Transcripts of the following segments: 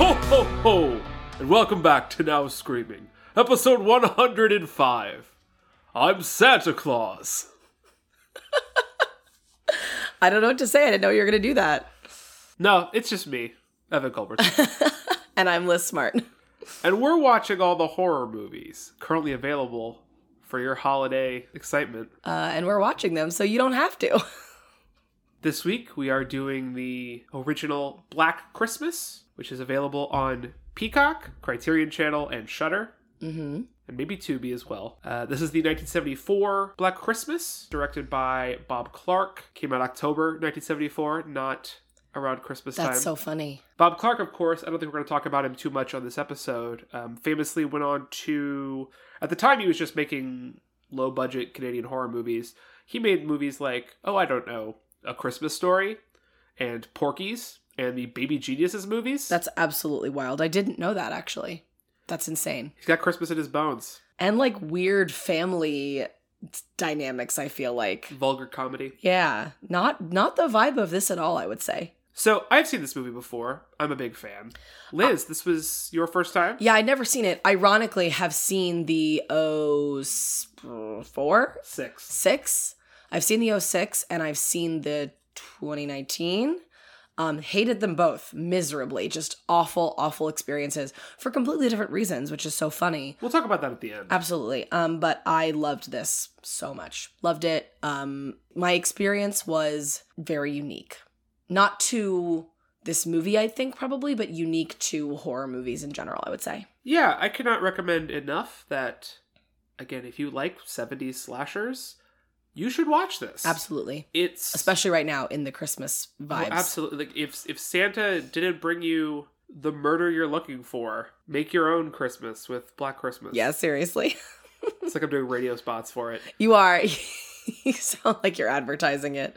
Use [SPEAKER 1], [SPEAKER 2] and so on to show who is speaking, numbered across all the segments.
[SPEAKER 1] Ho ho! And welcome back to Now Screaming, episode 105. I'm Santa Claus.
[SPEAKER 2] I don't know what to say. I didn't know you were going to do that.
[SPEAKER 1] No, it's just me, Evan Culbert.
[SPEAKER 2] And I'm Liz Smart.
[SPEAKER 1] and we're watching all the horror movies currently available for your holiday excitement.
[SPEAKER 2] Uh, and we're watching them, so you don't have to.
[SPEAKER 1] This week we are doing the original Black Christmas, which is available on Peacock, Criterion Channel, and Shudder.
[SPEAKER 2] hmm
[SPEAKER 1] and maybe Tubi as well. Uh, this is the 1974 Black Christmas, directed by Bob Clark. Came out October 1974, not around Christmas time.
[SPEAKER 2] That's so funny.
[SPEAKER 1] Bob Clark, of course, I don't think we're going to talk about him too much on this episode. Um, famously went on to, at the time, he was just making low budget Canadian horror movies. He made movies like, oh, I don't know, A Christmas Story and Porky's and the Baby Geniuses movies.
[SPEAKER 2] That's absolutely wild. I didn't know that, actually. That's insane.
[SPEAKER 1] He's got Christmas in his bones.
[SPEAKER 2] And like weird family dynamics, I feel like.
[SPEAKER 1] Vulgar comedy.
[SPEAKER 2] Yeah. Not not the vibe of this at all, I would say.
[SPEAKER 1] So I've seen this movie before. I'm a big fan. Liz, this was your first time.
[SPEAKER 2] Yeah, I'd never seen it. Ironically, have seen the O four
[SPEAKER 1] Six.
[SPEAKER 2] six. I've seen the 06 and I've seen the 2019. Um, hated them both miserably. Just awful, awful experiences for completely different reasons, which is so funny.
[SPEAKER 1] We'll talk about that at the end.
[SPEAKER 2] Absolutely. Um, but I loved this so much. Loved it. Um, my experience was very unique. Not to this movie, I think, probably, but unique to horror movies in general, I would say.
[SPEAKER 1] yeah, I cannot recommend enough that, again, if you like 70s slashers, you should watch this.
[SPEAKER 2] Absolutely.
[SPEAKER 1] It's
[SPEAKER 2] Especially right now in the Christmas
[SPEAKER 1] well,
[SPEAKER 2] vibes.
[SPEAKER 1] absolutely like if if Santa didn't bring you the murder you're looking for, make your own Christmas with Black Christmas.
[SPEAKER 2] Yeah, seriously.
[SPEAKER 1] it's like I'm doing radio spots for it.
[SPEAKER 2] You are. you sound like you're advertising it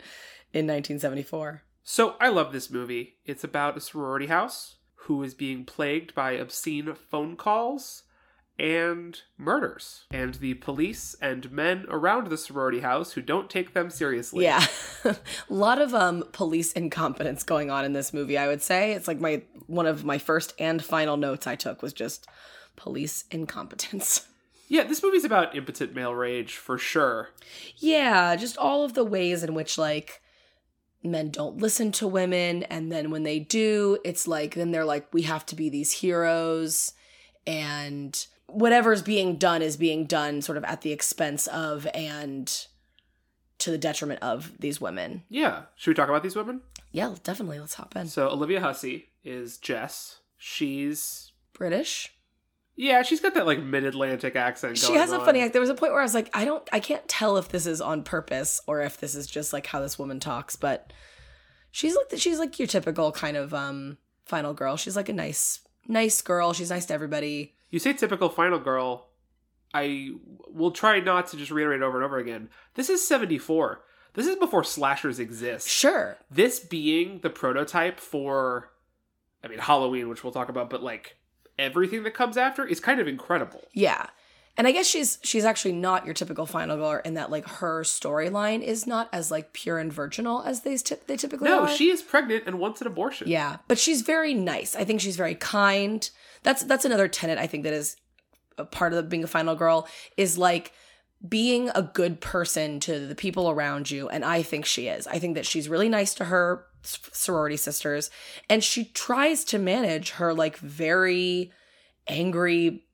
[SPEAKER 2] in 1974.
[SPEAKER 1] So I love this movie. It's about a sorority house who is being plagued by obscene phone calls and murders. And the police and men around the sorority house who don't take them seriously.
[SPEAKER 2] Yeah. a lot of um police incompetence going on in this movie, I would say. It's like my one of my first and final notes I took was just police incompetence.
[SPEAKER 1] Yeah, this movie's about impotent male rage for sure.
[SPEAKER 2] yeah, just all of the ways in which like men don't listen to women and then when they do, it's like then they're like we have to be these heroes and whatever's being done is being done sort of at the expense of and to the detriment of these women.
[SPEAKER 1] Yeah. Should we talk about these women?
[SPEAKER 2] Yeah, definitely. Let's hop in.
[SPEAKER 1] So Olivia Hussey is Jess. She's
[SPEAKER 2] British.
[SPEAKER 1] yeah, she's got that like mid Atlantic accent going
[SPEAKER 2] She has a
[SPEAKER 1] on.
[SPEAKER 2] funny act. There was a point where I was like, I don't, I can't tell if this is on purpose or if this is just like how this woman talks, but she's like, she's like your typical kind of um final girl. She's like a nice, nice girl. She's nice to everybody.
[SPEAKER 1] You say typical final girl. I will try not to just reiterate over and over again. This is 74. This is before slashers exist.
[SPEAKER 2] Sure.
[SPEAKER 1] This being the prototype for, I mean, Halloween, which we'll talk about, but like everything that comes after is kind of incredible.
[SPEAKER 2] Yeah. And I guess she's she's actually not your typical final girl in that like her storyline is not as like pure and virginal as they ty- they typically
[SPEAKER 1] No,
[SPEAKER 2] are.
[SPEAKER 1] she is pregnant and wants an abortion.
[SPEAKER 2] Yeah, but she's very nice. I think she's very kind. That's that's another tenet I think that is a part of being a final girl is like being a good person to the people around you and I think she is. I think that she's really nice to her s- sorority sisters and she tries to manage her like very angry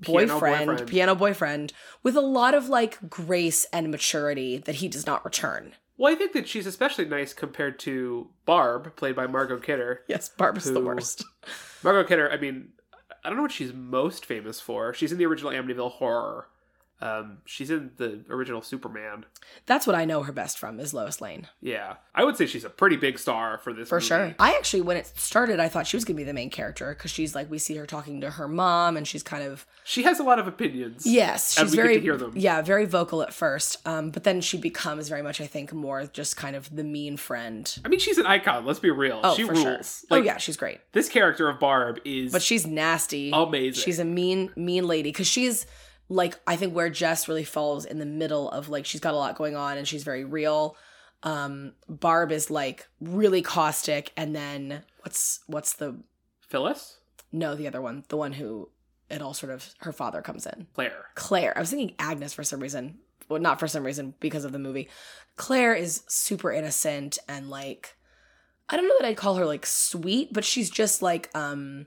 [SPEAKER 1] Piano boyfriend.
[SPEAKER 2] boyfriend, piano boyfriend with a lot of like grace and maturity that he does not return.
[SPEAKER 1] Well, I think that she's especially nice compared to Barb, played by Margot Kidder.
[SPEAKER 2] Yes, Barb's the
[SPEAKER 1] Who-
[SPEAKER 2] worst.
[SPEAKER 1] Margot Kidder, I mean, I don't know what she's most famous for. She's in the original Amityville Horror. Um, she's in the original Superman.
[SPEAKER 2] That's what I know her best from is Lois Lane.
[SPEAKER 1] Yeah, I would say she's a pretty big star for this.
[SPEAKER 2] For
[SPEAKER 1] movie.
[SPEAKER 2] sure. I actually, when it started, I thought she was going to be the main character because she's like, we see her talking to her mom and she's kind of,
[SPEAKER 1] she has a lot of opinions.
[SPEAKER 2] yes, she's
[SPEAKER 1] And we get
[SPEAKER 2] very,
[SPEAKER 1] to hear them.
[SPEAKER 2] yeah, very vocal at first. Um, but then she becomes very much, I think, more just kind of the mean friend.
[SPEAKER 1] I mean, she's an icon. Let's be real.
[SPEAKER 2] Oh,
[SPEAKER 1] she
[SPEAKER 2] for
[SPEAKER 1] rules.
[SPEAKER 2] sure.
[SPEAKER 1] Like
[SPEAKER 2] oh, yeah, she's great.
[SPEAKER 1] this character of Barb is
[SPEAKER 2] But she's nasty.
[SPEAKER 1] amazing.
[SPEAKER 2] She's a mean, mean lady because she's like I think where Jess really falls in the middle of like she's got a lot going on and she's very real. Um, Barb is like really caustic, and then what's what's the
[SPEAKER 1] Phyllis.
[SPEAKER 2] No, the other one, the one who it all sort of her father comes in.
[SPEAKER 1] Claire.
[SPEAKER 2] Claire. I was thinking Agnes for some reason. Well, not for some reason because of the movie. Claire is super innocent and like I don't know that I'd call her like sweet, but she's just like um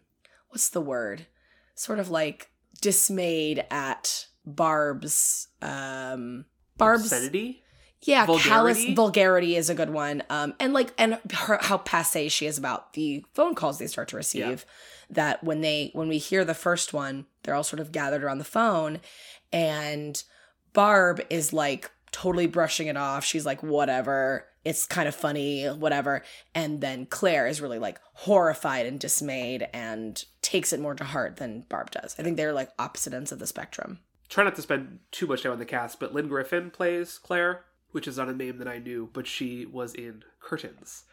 [SPEAKER 2] what's the word? Sort of like dismayed at Barb's um Barb's
[SPEAKER 1] Obscenity?
[SPEAKER 2] yeah, callous
[SPEAKER 1] vulgarity?
[SPEAKER 2] vulgarity is a good one. Um and like and her, how passé she is about the phone calls they start to receive
[SPEAKER 1] Yeah.
[SPEAKER 2] that when they when we hear the first one, they're all sort of gathered around the phone and Barb is like totally brushing it off. She's like, whatever. It's kind of funny, whatever. And then Claire is really like horrified and dismayed and takes it more to heart than Barb does. I think they're like opposite ends of the spectrum.
[SPEAKER 1] Try not to spend too much time on the cast, but Lynn Griffin plays Claire, which is not a name that I knew, but she was in Curtains,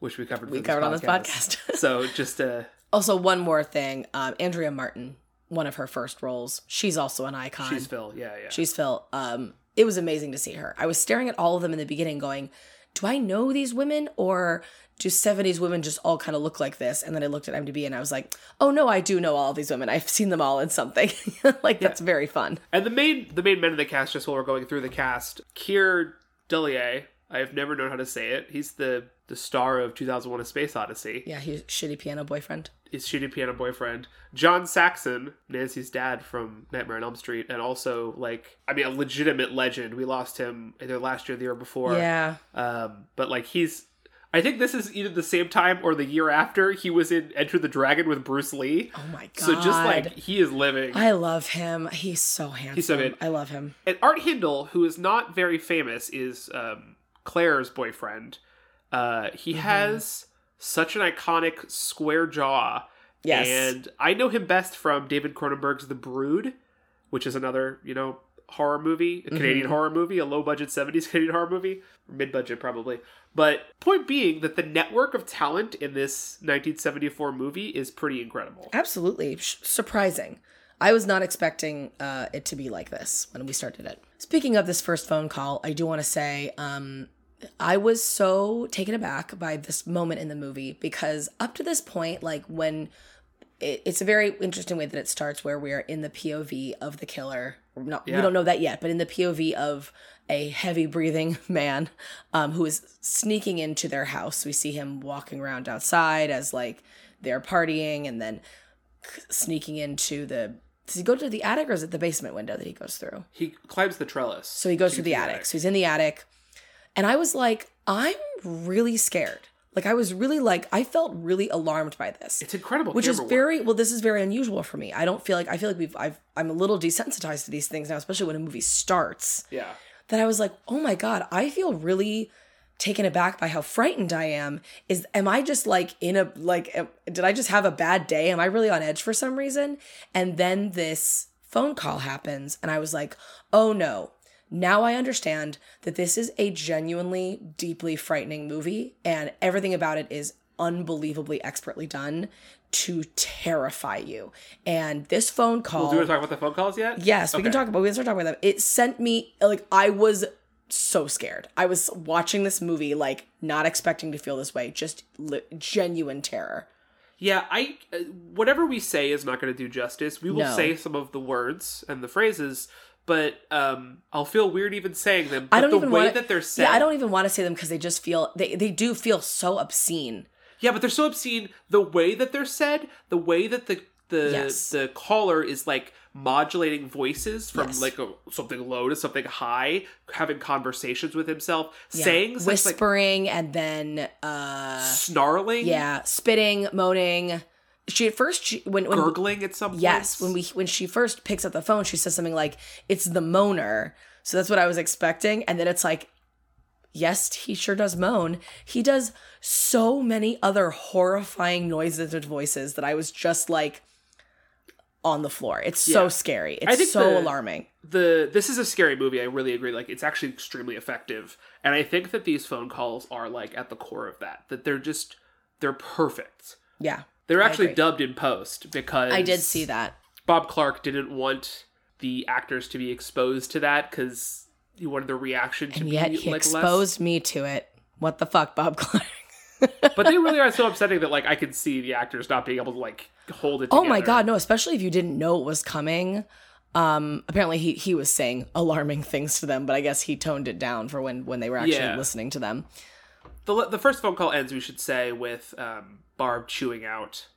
[SPEAKER 1] which we covered.
[SPEAKER 2] We
[SPEAKER 1] for
[SPEAKER 2] covered on this podcast.
[SPEAKER 1] so just uh,
[SPEAKER 2] also, one more thing um, Andrea Martin, one of her first roles, she's also an icon.
[SPEAKER 1] she's Phil. Yeah, yeah.
[SPEAKER 2] She's Phil. Um, it was amazing to see her. I was staring at all of them in the beginning, going, "Do I know these women, or do '70s women just all kind of look like this?" And then I looked at IMDb, and I was like, "Oh no, I do know all of these women. I've seen them all in something. like that's very fun."
[SPEAKER 1] And the main the main men of the cast, just while we're going through the cast, Kier Delier. I have never known how to say it. He's the the star of 2001: A Space Odyssey.
[SPEAKER 2] Yeah, he shitty piano boyfriend.
[SPEAKER 1] His shitty piano boyfriend, John Saxon, Nancy's dad from Nightmare on Elm Street, and also like I mean a legitimate legend. We lost him either last year, or the year before.
[SPEAKER 2] yeah,
[SPEAKER 1] Um, but like he's, I think this is either the same time or the year after he was in Enter the Dragon with Bruce Lee.
[SPEAKER 2] Oh my
[SPEAKER 1] So just like
[SPEAKER 2] God.
[SPEAKER 1] he is living.
[SPEAKER 2] I love him. He's so handsome.
[SPEAKER 1] so good.
[SPEAKER 2] I love him.
[SPEAKER 1] And Art Hindle, who is not very famous, is um, Claire's boyfriend. Uh, he
[SPEAKER 2] Mm-hmm.
[SPEAKER 1] has such an iconic square jaw.
[SPEAKER 2] Yes.
[SPEAKER 1] And I know him best from David Cronenberg's The Brood, which is another, you know, horror movie,
[SPEAKER 2] Mm-hmm.
[SPEAKER 1] a Canadian horror movie, a low budget 70s Canadian horror movie, mid budget probably. But point being that the network of talent in this 1974 movie is pretty incredible.
[SPEAKER 2] Absolutely Sh- surprising. I was not expecting uh, it to be like this when we started it. Speaking of this first phone call, I do want to say um, I was so taken aback by this moment in the movie because up to this point, like when it, it's a very interesting way that it starts, where we are in the POV of the killer. We're Not, We
[SPEAKER 1] Yeah.
[SPEAKER 2] don't know that yet, but in the POV of a heavy breathing man um, who is sneaking into their house. We see him walking around outside as like they're partying, and then sneaking into the does he go to the attic or is it the basement window that he goes through?
[SPEAKER 1] He climbs the trellis.
[SPEAKER 2] So he goes
[SPEAKER 1] to
[SPEAKER 2] through
[SPEAKER 1] get
[SPEAKER 2] the attic. So he's in the attic. And I was like, I'm really scared. Like I was really like I felt really alarmed by this.
[SPEAKER 1] It's incredible.
[SPEAKER 2] Which is
[SPEAKER 1] camera work.
[SPEAKER 2] very well, this is very unusual for me. I don't feel like I feel like we've I've I'm a little desensitized to these things now, especially when a movie starts
[SPEAKER 1] Yeah.
[SPEAKER 2] that I was like, oh my God, I feel really taken aback by how frightened I am. Is am I just like in a like am- did I just have a bad day? Am I really on edge for some reason? And then this phone call happens and I was like, oh no. Now I understand that this is a genuinely deeply frightening movie and everything about it is unbelievably expertly done to terrify you. And this phone call
[SPEAKER 1] Do you want to talk about the phone calls yet?
[SPEAKER 2] Yes, we can
[SPEAKER 1] Okay.
[SPEAKER 2] talk about. We can start talking about them. It sent me like I was so scared. I was watching this movie like not expecting to feel this way, just li- genuine terror.
[SPEAKER 1] Yeah, I uh, whatever we say is not going to do justice. We will
[SPEAKER 2] No.
[SPEAKER 1] say some of the words and the phrases, but um, I'll feel weird even saying them. But
[SPEAKER 2] I don't
[SPEAKER 1] the
[SPEAKER 2] even
[SPEAKER 1] way
[SPEAKER 2] want
[SPEAKER 1] that they're said.
[SPEAKER 2] Yeah, I don't even want to say them because they just feel they they do feel so obscene.
[SPEAKER 1] Yeah, but they're so obscene. The way that they're said, the way that the the
[SPEAKER 2] Yes.
[SPEAKER 1] the caller is like modulating voices from
[SPEAKER 2] Yes.
[SPEAKER 1] like a, something low to something high, having conversations with himself,
[SPEAKER 2] Yeah.
[SPEAKER 1] saying such like
[SPEAKER 2] whispering and then uh
[SPEAKER 1] snarling,
[SPEAKER 2] yeah, spitting, moaning. She at first she, when when
[SPEAKER 1] gurgling at some
[SPEAKER 2] Yes, when
[SPEAKER 1] points.
[SPEAKER 2] we when she first picks up the phone, she says something like, "It's the moaner." So that's what I was expecting, and then it's like, yes, he sure does moan. He does so many other horrifying noises and voices that I was just like on the floor. It's so
[SPEAKER 1] Yeah.
[SPEAKER 2] scary.
[SPEAKER 1] I
[SPEAKER 2] It's
[SPEAKER 1] think
[SPEAKER 2] so
[SPEAKER 1] the-
[SPEAKER 2] alarming.
[SPEAKER 1] the this is a scary movie. I really agree. Like it's actually extremely effective, and I think that these phone calls are like at the core of that. That they're just they're perfect.
[SPEAKER 2] Yeah,
[SPEAKER 1] They're actually
[SPEAKER 2] agree.
[SPEAKER 1] dubbed in post because
[SPEAKER 2] I did see that.
[SPEAKER 1] Bob Clark didn't want the actors to be exposed to that because he wanted the reaction to
[SPEAKER 2] And
[SPEAKER 1] be
[SPEAKER 2] yet he
[SPEAKER 1] like
[SPEAKER 2] exposed me to it. What the fuck, Bob Clark?
[SPEAKER 1] but they really are so upsetting that like I can see the actors not being able to like hold it.
[SPEAKER 2] Oh
[SPEAKER 1] Together.
[SPEAKER 2] my god, no, especially if you didn't know it was coming. Um apparently he he was saying alarming things to them, but I guess he toned it down for when when they were actually
[SPEAKER 1] Yeah.
[SPEAKER 2] listening to them.
[SPEAKER 1] The the first phone call ends. We should say with um, Barb chewing out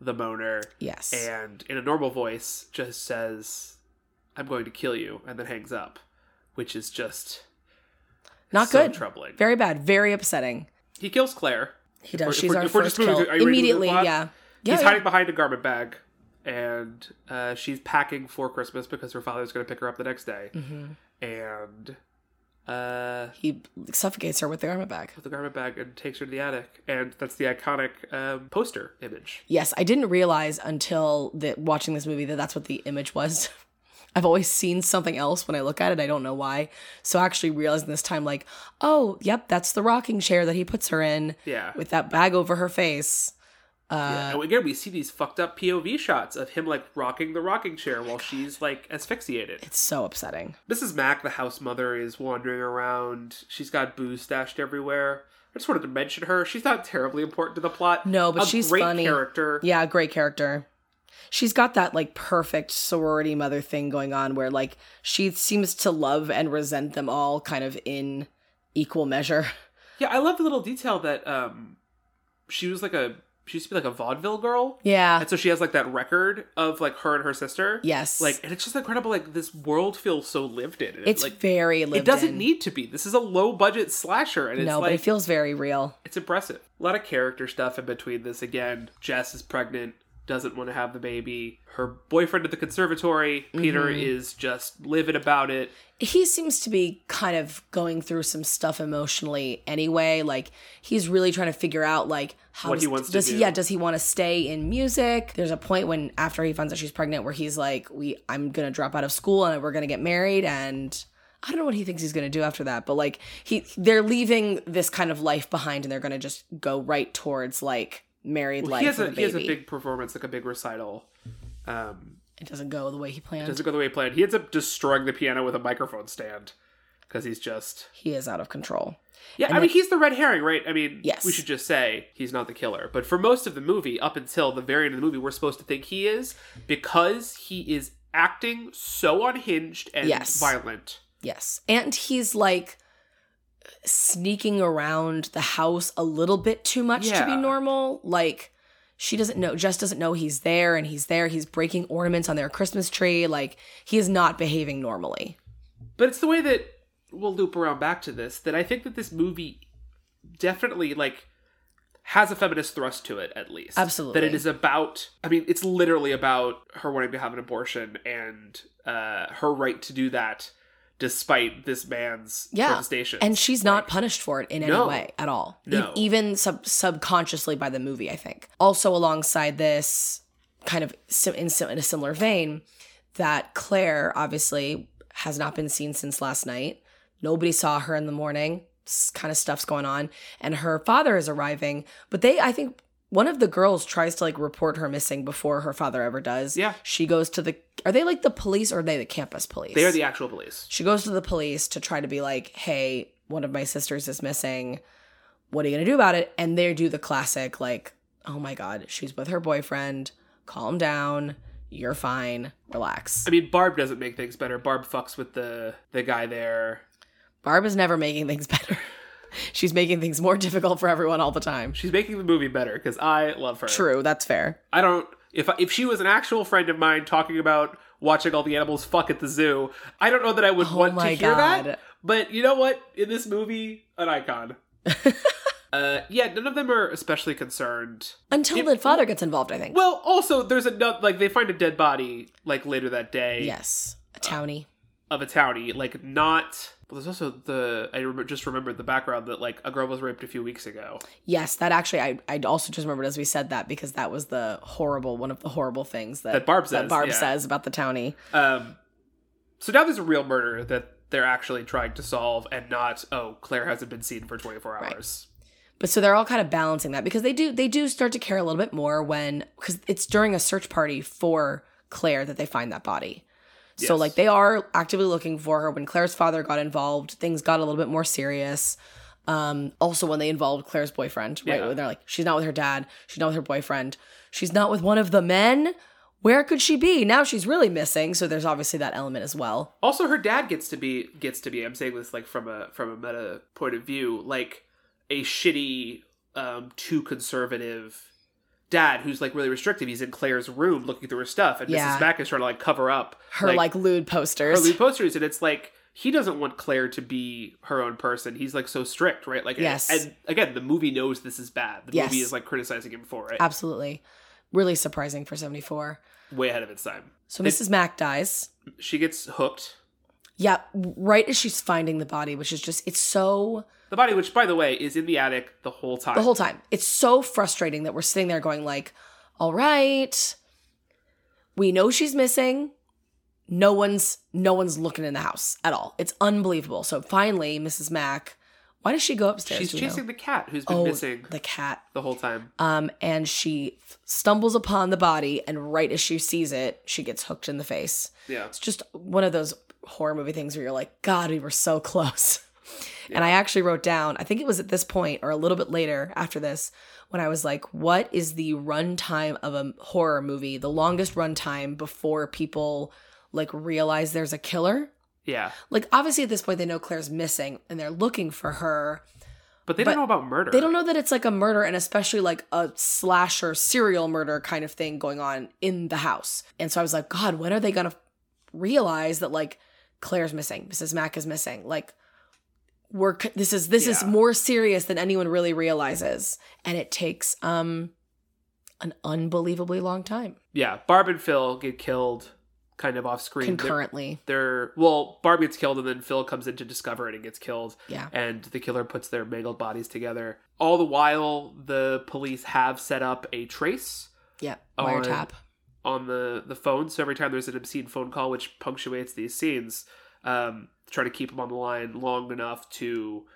[SPEAKER 1] the moaner,
[SPEAKER 2] Yes.
[SPEAKER 1] and in a normal voice just says, "I'm going to kill you," and then hangs up, which is just
[SPEAKER 2] Not
[SPEAKER 1] so
[SPEAKER 2] good.
[SPEAKER 1] troubling.
[SPEAKER 2] Very bad, very upsetting.
[SPEAKER 1] He kills Claire.
[SPEAKER 2] He
[SPEAKER 1] we're-
[SPEAKER 2] does.
[SPEAKER 1] if
[SPEAKER 2] She's
[SPEAKER 1] we're-
[SPEAKER 2] our
[SPEAKER 1] if we're
[SPEAKER 2] first
[SPEAKER 1] just moving
[SPEAKER 2] kill.
[SPEAKER 1] to- are you ready to move
[SPEAKER 2] Immediately,
[SPEAKER 1] on?
[SPEAKER 2] yeah. Yeah,
[SPEAKER 1] He's
[SPEAKER 2] yeah.
[SPEAKER 1] hiding behind a garment bag, and uh, she's packing for Christmas because her father's going to pick her up the next day.
[SPEAKER 2] Mm-hmm.
[SPEAKER 1] And uh,
[SPEAKER 2] He suffocates her with the garment bag.
[SPEAKER 1] with the garment bag and takes her to the attic, and that's the iconic um, poster image.
[SPEAKER 2] Yes, I didn't realize until that watching this movie that that's what the image was. I've always seen something else when I look at it. I don't know why. So actually realizing this time, like, oh, yep, that's the rocking chair that he puts her in
[SPEAKER 1] Yeah.
[SPEAKER 2] with that bag over her face. Uh,
[SPEAKER 1] yeah. And again, we see these fucked up POV shots of him like rocking the rocking chair while she's like asphyxiated.
[SPEAKER 2] It's so upsetting.
[SPEAKER 1] Mrs. Mack, the house mother, is wandering around. She's got booze stashed everywhere. I just wanted to mention her. She's not terribly important to the plot.
[SPEAKER 2] No, but
[SPEAKER 1] A
[SPEAKER 2] she's
[SPEAKER 1] great
[SPEAKER 2] funny.
[SPEAKER 1] character.
[SPEAKER 2] Yeah, great character. She's got that like perfect sorority mother thing going on where like she seems to love and resent them all kind of in equal measure.
[SPEAKER 1] Yeah, I love the little detail that um she was like a she used to be like a vaudeville girl.
[SPEAKER 2] Yeah.
[SPEAKER 1] And so she has like that record of like her and her sister.
[SPEAKER 2] Yes.
[SPEAKER 1] Like and it's just incredible like this world feels so lived in. And
[SPEAKER 2] it's
[SPEAKER 1] like
[SPEAKER 2] very lived
[SPEAKER 1] it doesn't
[SPEAKER 2] in.
[SPEAKER 1] need to be. This is a low budget slasher and it's
[SPEAKER 2] no,
[SPEAKER 1] like
[SPEAKER 2] but it feels very real.
[SPEAKER 1] it's impressive. A lot of character stuff in between this again. Jess is pregnant, doesn't want to have the baby. Her boyfriend at the conservatory, Peter,
[SPEAKER 2] Mm-hmm.
[SPEAKER 1] is just livid about it.
[SPEAKER 2] He seems to be kind of going through some stuff emotionally anyway. Like he's really trying to figure out like how
[SPEAKER 1] What
[SPEAKER 2] does,
[SPEAKER 1] he wants to
[SPEAKER 2] does
[SPEAKER 1] do.
[SPEAKER 2] yeah does he want to stay in music? There's a point when after he finds out she's pregnant where he's like we I'm gonna drop out of school and we're gonna get married and I don't know what he thinks he's gonna do after that. But like he they're leaving this kind of life behind and they're gonna just go right towards like married life
[SPEAKER 1] he has a
[SPEAKER 2] with a
[SPEAKER 1] he has a
[SPEAKER 2] baby.
[SPEAKER 1] big performance, like a big recital. Um
[SPEAKER 2] it doesn't go the way he planned.
[SPEAKER 1] doesn't go the way he planned. He ends up destroying the piano with a microphone stand because he's just
[SPEAKER 2] he is out of control.
[SPEAKER 1] yeah. I mean, he's the red herring, right? I mean,
[SPEAKER 2] Yes.
[SPEAKER 1] We should just say he's not the killer. But for most of the movie, up until the very end of the movie, we're supposed to think he is because he is acting so unhinged and
[SPEAKER 2] Yes.
[SPEAKER 1] violent.
[SPEAKER 2] Yes. And he's like sneaking around the house a little bit too much to be
[SPEAKER 1] Yeah.
[SPEAKER 2] normal. Like she doesn't know, Jess doesn't know he's there and he's there. He's breaking ornaments on their Christmas tree. Like he is not behaving normally.
[SPEAKER 1] But it's the way that we'll loop around back to this that I think that this movie definitely like has a feminist thrust to it at least.
[SPEAKER 2] Absolutely.
[SPEAKER 1] That it is about I mean, it's literally about her wanting to have an abortion and uh her right to do that despite this man's
[SPEAKER 2] Yeah.
[SPEAKER 1] protestations.
[SPEAKER 2] And she's not punished for it in any
[SPEAKER 1] No.
[SPEAKER 2] way at all. E-
[SPEAKER 1] No.
[SPEAKER 2] even sub- subconsciously by the movie, I think. Also, alongside this, kind of sim- in, sim- in a similar vein, that Claire obviously has not been seen since last night. Nobody saw her in the morning. S- Kind of stuff's going on. And her father is arriving, but they, I think, one of the girls tries to like report her missing before her father ever does.
[SPEAKER 1] Yeah.
[SPEAKER 2] She goes to the, are they like the police or are they the campus police?
[SPEAKER 1] they are the actual police.
[SPEAKER 2] She goes to the police to try to be like, hey, one of my sisters is missing. What are you going to do about it? And they do the classic, like, oh my God, she's with her boyfriend. Calm down. You're fine. Relax.
[SPEAKER 1] I mean Barb doesn't make things better. Barb fucks with the the guy there.
[SPEAKER 2] Barb is never making things better. she's making things more difficult for everyone all the time.
[SPEAKER 1] She's making the movie better because I love her.
[SPEAKER 2] True. That's fair.
[SPEAKER 1] I don't if I, if she was an actual friend of mine talking about watching all the animals fuck at the zoo, I don't know that I would
[SPEAKER 2] Oh
[SPEAKER 1] want to
[SPEAKER 2] my
[SPEAKER 1] hear
[SPEAKER 2] God.
[SPEAKER 1] that. But you know what? In this movie, an icon. uh, yeah, none of them are especially concerned.
[SPEAKER 2] Until the father gets involved, I think.
[SPEAKER 1] Well, also there's another like they find a dead body like later that day
[SPEAKER 2] yes. A townie.
[SPEAKER 1] of a townie. Like not. Well, there's also the I remember, just remembered the background that like a girl was raped a few weeks ago.
[SPEAKER 2] Yes, that actually, I, I also just remembered as we said that because that was the horrible, one of the horrible things that,
[SPEAKER 1] That Barb says,
[SPEAKER 2] Barb
[SPEAKER 1] yeah.
[SPEAKER 2] says about the townie.
[SPEAKER 1] Um, so now there's a real murder that they're actually trying to solve, and not oh Claire hasn't been seen for 24
[SPEAKER 2] Right.
[SPEAKER 1] hours.
[SPEAKER 2] but so they're all kind of balancing that because they do they do start to care a little bit more when because it's during a search party for claire that they find that body so
[SPEAKER 1] Yes.
[SPEAKER 2] like they are actively looking for her when claire's father got involved things got a little bit more serious Um, also when they involved Claire's boyfriend, right?
[SPEAKER 1] Yeah.
[SPEAKER 2] When they're like, she's not with her dad, she's not with her boyfriend, she's not with one of the men. Where could she be? Now she's really missing. So there's obviously that element as well.
[SPEAKER 1] Also, her dad gets to be gets to be. I'm saying this like from a from a meta point of view, like a shitty, um, too conservative dad who's like really restrictive. He's in Claire's room looking through her stuff, and
[SPEAKER 2] Yeah.
[SPEAKER 1] Mrs. Mack is trying to like cover up
[SPEAKER 2] Her like, lewd posters.
[SPEAKER 1] her lead posters, and it's like he doesn't want Claire to be her own person. He's like so strict, right? Like, and-
[SPEAKER 2] Yes.
[SPEAKER 1] And, again, the movie knows this is bad. The
[SPEAKER 2] Yes.
[SPEAKER 1] movie is like criticizing him for it,
[SPEAKER 2] Absolutely. Really surprising for 74.
[SPEAKER 1] way ahead of its time.
[SPEAKER 2] So
[SPEAKER 1] They-
[SPEAKER 2] Mrs. Mack dies.
[SPEAKER 1] She gets hooked.
[SPEAKER 2] Yeah, right as she's finding the body, which is just, it's so,
[SPEAKER 1] The body, which by the way, is in the attic the whole time.
[SPEAKER 2] the whole time, it's so frustrating that we're sitting there going, like, all right, we know she's missing. No one's, no one's looking in the house at all. It's unbelievable. So finally, Mrs. Mack, why does she go upstairs?
[SPEAKER 1] She's
[SPEAKER 2] do you know?
[SPEAKER 1] chasing the cat who's been
[SPEAKER 2] Oh,
[SPEAKER 1] missing
[SPEAKER 2] the cat.
[SPEAKER 1] the whole time.
[SPEAKER 2] Um, and she stumbles upon the body, and right as she sees it, she gets hooked in the face.
[SPEAKER 1] Yeah.
[SPEAKER 2] It's just one of those horror movie things where you're like, God, we were so close. And I actually wrote down, I think it was at this point or a little bit later after this, when I was like, what is the runtime of a horror movie, the longest runtime before people like realize there's a killer?
[SPEAKER 1] Yeah.
[SPEAKER 2] Like, obviously, at this point, they know Claire's missing and they're looking for her.
[SPEAKER 1] But they
[SPEAKER 2] But
[SPEAKER 1] don't know about murder.
[SPEAKER 2] They don't know that it's like a murder and especially like a slasher serial murder kind of thing going on in the house. And so I was like, God, when are they gonna realize that like Claire's missing, Mrs. Mack is missing? Like, we're c- this is this is
[SPEAKER 1] Yeah.
[SPEAKER 2] more serious than anyone really realizes, and it takes um an unbelievably long time
[SPEAKER 1] Yeah. Barb and Phil get killed kind of off screen. They're,
[SPEAKER 2] concurrently.
[SPEAKER 1] they're well, Barb gets killed and then Phil comes in to discover it and gets killed.
[SPEAKER 2] Yeah.
[SPEAKER 1] And the killer puts their mangled bodies together. All the while the police have set up a trace
[SPEAKER 2] Yeah,
[SPEAKER 1] Oh, and-
[SPEAKER 2] wiretap.
[SPEAKER 1] on the, the phone. So every time there's an obscene phone call which punctuates these scenes, um, try to keep them on the line long enough to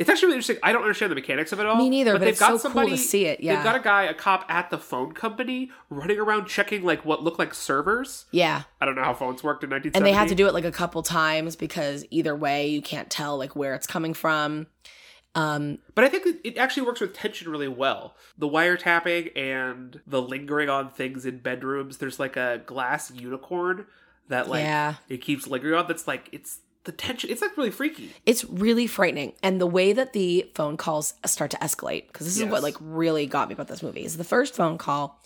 [SPEAKER 1] it's actually really interesting. I don't understand the mechanics of it all.
[SPEAKER 2] Me neither, but,
[SPEAKER 1] they've
[SPEAKER 2] it's
[SPEAKER 1] got
[SPEAKER 2] so
[SPEAKER 1] somebody
[SPEAKER 2] cool to see it.
[SPEAKER 1] They've
[SPEAKER 2] Yeah,
[SPEAKER 1] got a guy, a cop at the phone company, running around checking like what looked like servers.
[SPEAKER 2] yeah.
[SPEAKER 1] I don't know how phones worked in 1970.
[SPEAKER 2] and they had to do it like a couple times because either way you can't tell like where it's coming from um
[SPEAKER 1] but I think it- it actually works with tension really well. The wiretapping and the lingering on things in bedrooms. There's like a glass unicorn that like
[SPEAKER 2] yeah
[SPEAKER 1] it keeps lingering on. That's like it's the tension. It's like really freaky.
[SPEAKER 2] it's really frightening and the way that the phone calls start to escalate because this is what
[SPEAKER 1] Yes.
[SPEAKER 2] like really got me about this movie is the first phone call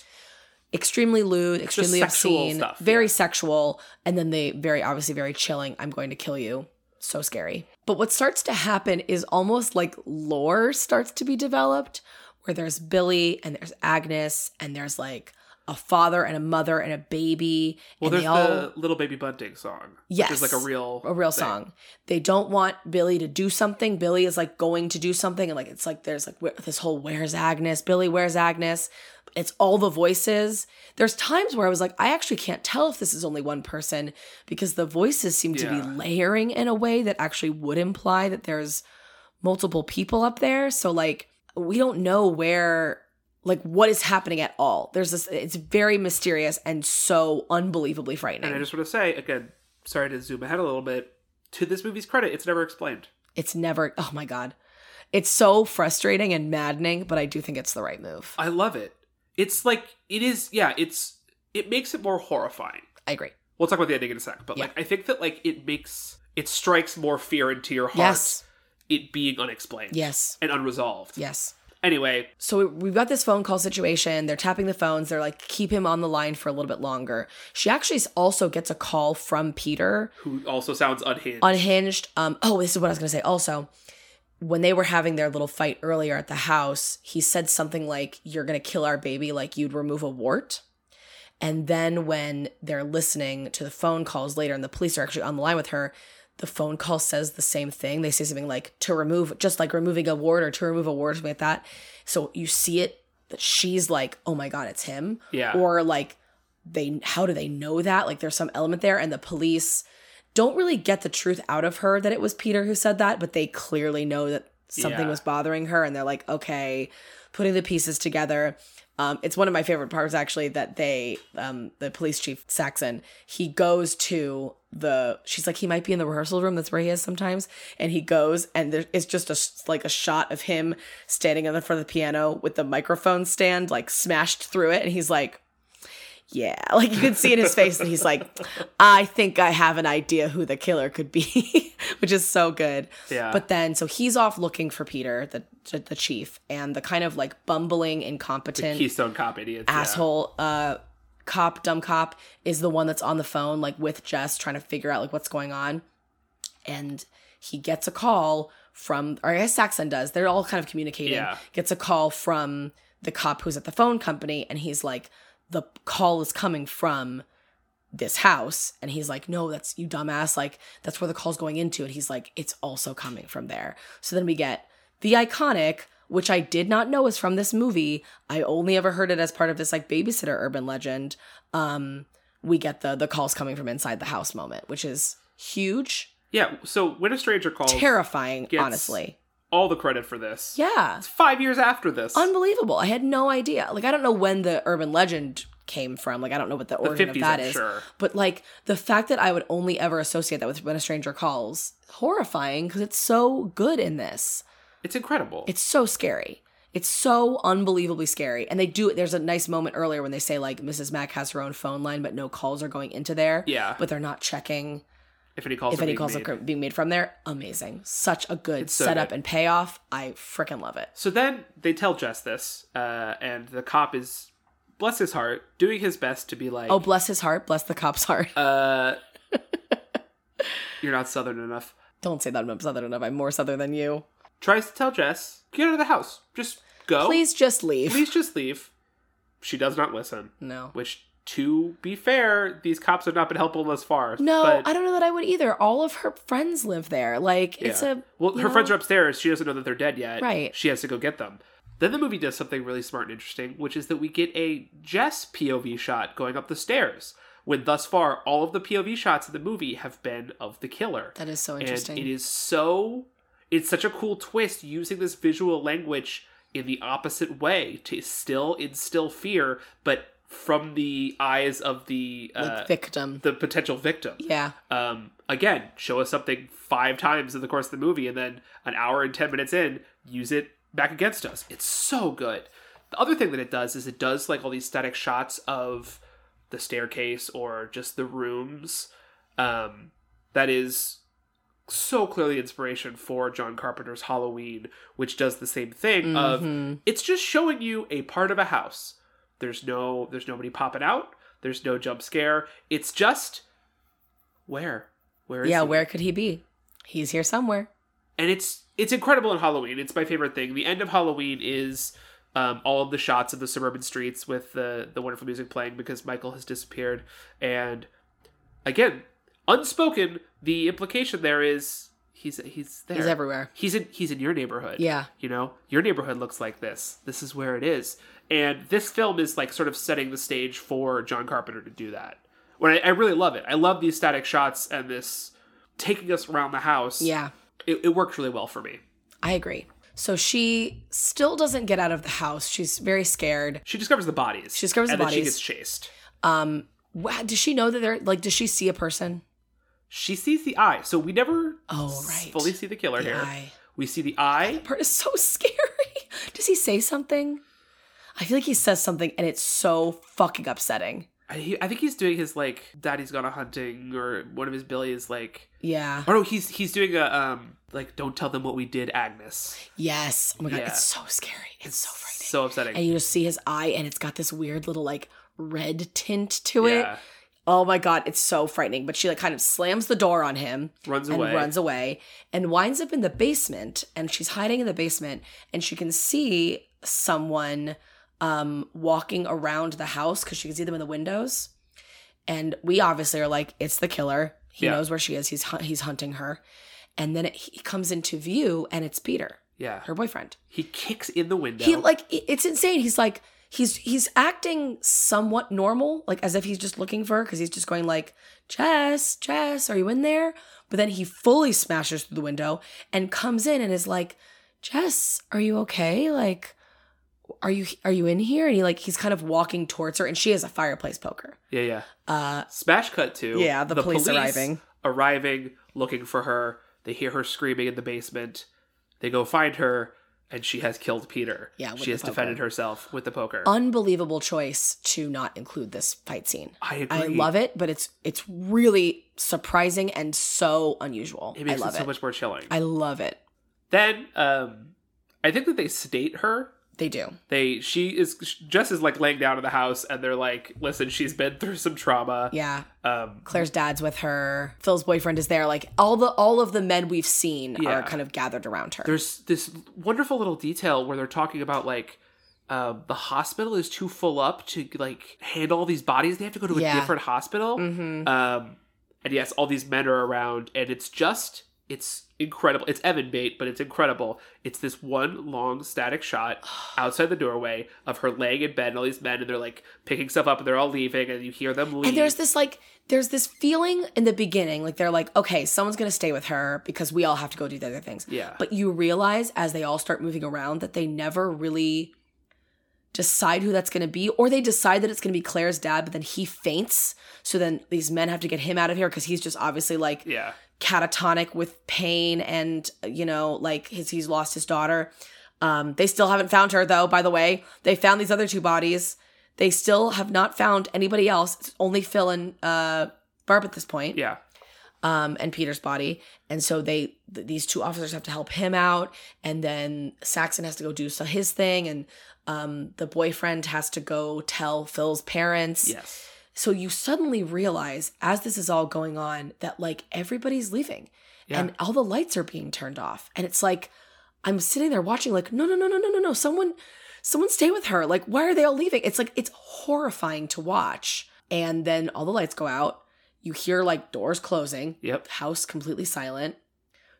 [SPEAKER 2] extremely lewd extremely
[SPEAKER 1] sexual
[SPEAKER 2] obscene
[SPEAKER 1] stuff,
[SPEAKER 2] very
[SPEAKER 1] yeah.
[SPEAKER 2] sexual and then they very obviously very chilling i'm going to kill you so scary but what starts to happen is almost like lore starts to be developed where there's billy and there's agnes and there's like a father and a mother and a baby
[SPEAKER 1] Well,
[SPEAKER 2] and
[SPEAKER 1] there's
[SPEAKER 2] they all
[SPEAKER 1] the Little Baby Bunting song.
[SPEAKER 2] Yes.
[SPEAKER 1] which is like a real
[SPEAKER 2] a real
[SPEAKER 1] thing.
[SPEAKER 2] song. They don't want Billy to do something. Billy is like going to do something, and like it's like there's like wh- this whole "Where's Agnes?" Billy, where's Agnes? It's all the voices. There's times where I was like, I actually can't tell if this is only one person because the voices seem to be
[SPEAKER 1] Yeah.
[SPEAKER 2] layering in a way that actually would imply that there's multiple people up there. So like we don't know where like what is happening at all. There's this it's very mysterious and so unbelievably frightening.
[SPEAKER 1] And I just want to say again, sorry to zoom ahead a little bit. To this movie's credit, it's never explained.
[SPEAKER 2] It's never, oh my God. It's so frustrating and maddening, but I do think it's the right move.
[SPEAKER 1] I love it. It's like it is. Yeah, it's it makes it more horrifying.
[SPEAKER 2] I agree.
[SPEAKER 1] We'll talk about the ending in a sec, but
[SPEAKER 2] Yeah.
[SPEAKER 1] like I think that like it makes it strikes more fear into your heart.
[SPEAKER 2] Yes.
[SPEAKER 1] It being unexplained.
[SPEAKER 2] Yes.
[SPEAKER 1] And unresolved.
[SPEAKER 2] Yes.
[SPEAKER 1] Anyway,
[SPEAKER 2] So we- we've got this phone call situation. They're tapping the phones. They're like, keep him on the line for a little bit longer. She actually s- also gets a call from Peter,
[SPEAKER 1] who also sounds unhinged.
[SPEAKER 2] unhinged. Um, oh, this is what I was gonna say. Also, when they were having their little fight earlier at the house, he said something like, "You're gonna kill our baby, like you'd remove a wart." And then when they're listening to the phone calls later, and the police are actually on the line with her, the phone call says the same thing. They say something like "to remove," just like removing a wart or to remove a wart, or something like that. So you see it that she's like, "Oh my god, it's him."
[SPEAKER 1] yeah.
[SPEAKER 2] or like they how do they know that like there's some element there and the police don't really get the truth out of her that it was peter who said that but they clearly know that something
[SPEAKER 1] Yeah.
[SPEAKER 2] was bothering her and they're like okay putting the pieces together um, it's one of my favorite parts actually that they um, the police chief saxon he goes to the she's like he might be in the rehearsal room that's where he is sometimes and he goes and there is just a s- like a shot of him standing in the front of the piano with the microphone stand like smashed through it and he's like yeah like you can see in his face that he's like i think i have an idea who the killer could be which is so good
[SPEAKER 1] Yeah.
[SPEAKER 2] but then, so he's off looking for Peter, the the chief, and the kind of like bumbling, incompetent
[SPEAKER 1] Keystone Cop idiots. yeah.
[SPEAKER 2] asshole uh, cop, dumb cop, is the one that's on the phone like with Jess, trying to figure out like what's going on, and he gets a call from, or I guess Saxon does. They're all kind of communicating.
[SPEAKER 1] Yeah.
[SPEAKER 2] Gets a call from the cop who's at the phone company, and he's like, the call is coming from this house and he's like no that's you dumbass like that's where the call's going into and he's like it's also coming from there so then we get the iconic which i did not know is from this movie i only ever heard it as part of this like babysitter urban legend um we get the the calls coming from inside the house moment which is huge
[SPEAKER 1] Yeah. So when a stranger calls,
[SPEAKER 2] terrifying
[SPEAKER 1] Oh, gets-
[SPEAKER 2] honestly
[SPEAKER 1] all the credit for this.
[SPEAKER 2] yeah
[SPEAKER 1] It's five years after this.
[SPEAKER 2] unbelievable i had no idea like i don't know when the urban legend came from like i don't know what the
[SPEAKER 1] the
[SPEAKER 2] origin of
[SPEAKER 1] fifties,
[SPEAKER 2] that
[SPEAKER 1] I'm
[SPEAKER 2] is
[SPEAKER 1] sure.
[SPEAKER 2] But like the fact that I would only ever associate that with when a stranger calls, horrifying because it's so good in this.
[SPEAKER 1] It's incredible.
[SPEAKER 2] It's so scary. It's so unbelievably scary. And they do there's a nice moment earlier when they say like Mrs. Mack has her own phone line, but no calls are going into there.
[SPEAKER 1] yeah.
[SPEAKER 2] But they're not checking
[SPEAKER 1] if any calls,
[SPEAKER 2] if
[SPEAKER 1] are
[SPEAKER 2] any
[SPEAKER 1] being
[SPEAKER 2] calls
[SPEAKER 1] made.
[SPEAKER 2] are being made from there. Amazing. Such a good
[SPEAKER 1] It's so
[SPEAKER 2] setup
[SPEAKER 1] good.
[SPEAKER 2] and payoff. I freaking love it.
[SPEAKER 1] So then they tell Jess this, uh, and the cop is, bless his heart, doing his best to be like,
[SPEAKER 2] Oh, bless his heart. Bless the cop's heart.
[SPEAKER 1] uh, you're not southern enough.
[SPEAKER 2] Don't say that I'm Southern enough. I'm more Southern than you.
[SPEAKER 1] Tries to tell Jess, get out of the house, just go,
[SPEAKER 2] Oh. Please just leave.
[SPEAKER 1] please just leave. She does not listen.
[SPEAKER 2] No.
[SPEAKER 1] Which, to be fair, these cops have not been helpful thus far.
[SPEAKER 2] No,
[SPEAKER 1] but,
[SPEAKER 2] I don't know that I would either. All of her friends live there. Like it's
[SPEAKER 1] Yeah.
[SPEAKER 2] a
[SPEAKER 1] Well,
[SPEAKER 2] you
[SPEAKER 1] her
[SPEAKER 2] know-
[SPEAKER 1] friends are upstairs. She doesn't know that they're dead yet.
[SPEAKER 2] Right.
[SPEAKER 1] She has to go get them. Then the movie does something really smart and interesting, which is that we get a Jess POV shot going up the stairs. When thus far, all of the POV shots in the movie have been of the killer.
[SPEAKER 2] that is so
[SPEAKER 1] And
[SPEAKER 2] interesting.
[SPEAKER 1] it is so. It's such a cool twist using this visual language in the opposite way to still instill fear, but from the eyes of the
[SPEAKER 2] like
[SPEAKER 1] uh,
[SPEAKER 2] victim.
[SPEAKER 1] the potential victim
[SPEAKER 2] yeah.
[SPEAKER 1] um, again, show us something five times in the course of the movie, and then an hour and ten minutes in, use it back against us. It's so good. The other thing that it does is it does like all these static shots of the staircase or just the rooms. Um, that is so clearly inspiration for John Carpenter's Halloween, which does the same thing of
[SPEAKER 2] Mhm.
[SPEAKER 1] it's just showing you a part of a house there's no there's nobody popping out there's no jump scare it's just where where is
[SPEAKER 2] yeah,
[SPEAKER 1] he?
[SPEAKER 2] where could he be? He's here somewhere.
[SPEAKER 1] and it's it's incredible in halloween it's my favorite thing the end of halloween is um, all of the shots of the suburban streets with the the wonderful music playing because michael has disappeared and again unspoken the implication there is he's he's there
[SPEAKER 2] He's everywhere.
[SPEAKER 1] he's in he's in your neighborhood
[SPEAKER 2] Yeah.
[SPEAKER 1] you know your neighborhood looks like this this is where it is and this film is like sort of setting the stage for john carpenter to do that when I, I really love it i love these static shots and this taking us around the house
[SPEAKER 2] Yeah.
[SPEAKER 1] it, it works really well for me
[SPEAKER 2] I agree. So she still doesn't get out of the house. She's very scared.
[SPEAKER 1] she discovers the bodies
[SPEAKER 2] She discovers
[SPEAKER 1] and
[SPEAKER 2] the
[SPEAKER 1] then she
[SPEAKER 2] bodies.
[SPEAKER 1] gets chased
[SPEAKER 2] Um wha- does she know that they're like does she see a person?
[SPEAKER 1] she sees the eye so we never
[SPEAKER 2] Oh,
[SPEAKER 1] s-
[SPEAKER 2] right.
[SPEAKER 1] fully see the killer here
[SPEAKER 2] I
[SPEAKER 1] we see the eye
[SPEAKER 2] part is so scary. Does he say something? I feel like he says something and it's so fucking upsetting.
[SPEAKER 1] I, he, I think he's doing his like daddy's gone a hunting or one of his billy's like
[SPEAKER 2] Yeah.
[SPEAKER 1] oh no he's he's doing a um like don't tell them what we did agnes
[SPEAKER 2] Yes. Oh my god,
[SPEAKER 1] Yeah.
[SPEAKER 2] it's so scary. It's so frightening.
[SPEAKER 1] So upsetting.
[SPEAKER 2] and you just see his eye and it's got this weird little like red tint to
[SPEAKER 1] yeah.
[SPEAKER 2] it. Oh my god, it's so frightening. But she like kind of slams the door on him
[SPEAKER 1] Runs
[SPEAKER 2] and
[SPEAKER 1] away.
[SPEAKER 2] runs away and winds up in the basement and she's hiding in the basement and she can see someone um walking around the house cuz she can see them in the windows. And we obviously are like it's the killer. He
[SPEAKER 1] Yeah.
[SPEAKER 2] knows where she is. He's hun- he's hunting her. And then it, he comes into view and it's Peter,
[SPEAKER 1] yeah.
[SPEAKER 2] her boyfriend.
[SPEAKER 1] He kicks in the window.
[SPEAKER 2] He like i- it's insane. He's like he's he's acting somewhat normal, like as if he's just looking for her because he's just going like, Jess, Jess, are you in there? But then he fully smashes through the window and comes in and is like, Jess, are you okay? Like, are you are you in here? And he like he's kind of walking towards her, and she has a fireplace poker.
[SPEAKER 1] Yeah, yeah.
[SPEAKER 2] Uh,
[SPEAKER 1] Smash cut to
[SPEAKER 2] yeah, the, police, arriving.
[SPEAKER 1] arriving, looking for her. They hear her screaming in the basement. They go find her, and she has killed Peter.
[SPEAKER 2] Yeah, with
[SPEAKER 1] she
[SPEAKER 2] the
[SPEAKER 1] has
[SPEAKER 2] poker. Um,
[SPEAKER 1] defended herself with the poker.
[SPEAKER 2] Unbelievable choice to not include this fight scene.
[SPEAKER 1] I agree.
[SPEAKER 2] I love it, but it's it's really surprising and so unusual.
[SPEAKER 1] It makes
[SPEAKER 2] I love
[SPEAKER 1] it
[SPEAKER 2] it.
[SPEAKER 1] so much more chilling.
[SPEAKER 2] I love it.
[SPEAKER 1] then, um, I think that they sedate her
[SPEAKER 2] They do.
[SPEAKER 1] they she is Jess is like laying down in the house and they're like listen she's been through some trauma
[SPEAKER 2] Yeah.
[SPEAKER 1] um
[SPEAKER 2] Claire's dad's with her. Phil's boyfriend is there. Like all the all of the men we've seen
[SPEAKER 1] Yeah.
[SPEAKER 2] are kind of gathered around her.
[SPEAKER 1] there's this wonderful little detail where they're talking about like um the hospital is too full up to like handle all these bodies they have to go to a
[SPEAKER 2] Yeah.
[SPEAKER 1] different hospital
[SPEAKER 2] mm-hmm.
[SPEAKER 1] um and yes all these men are around and it's just it's incredible it's evan bait but it's incredible it's this one long static shot outside the doorway of her laying in bed and all these men and they're like picking stuff up and they're all leaving and you hear them leave
[SPEAKER 2] And there's this like there's this feeling in the beginning like they're like okay someone's gonna stay with her because we all have to go do the other things.
[SPEAKER 1] yeah
[SPEAKER 2] But you realize as they all start moving around that they never really decide who that's going to be, or they decide that it's going to be Claire's dad, but then he faints. So then these men have to get him out of here because he's just obviously like
[SPEAKER 1] yeah
[SPEAKER 2] catatonic with pain and, you know, like his, he's lost his daughter. Um, they still haven't found her, though, by the way. They found these other two bodies. They still have not found anybody else. It's only Phil and uh, Barb at this point
[SPEAKER 1] Yeah.
[SPEAKER 2] um, and Peter's body. And so they th- these two officers have to help him out, and then Saxon has to go do so his thing, and um, the boyfriend has to go tell Phil's parents.
[SPEAKER 1] Yes.
[SPEAKER 2] So you suddenly realize as this is all going on that like everybody's leaving,
[SPEAKER 1] Yeah.
[SPEAKER 2] and all the lights are being turned off, and it's like I'm sitting there watching, like no no no no no no no someone. Someone stay with her. Like, why are they all leaving? It's like, it's horrifying to watch. And then all the lights go out. You hear like doors closing
[SPEAKER 1] yep.
[SPEAKER 2] house completely silent.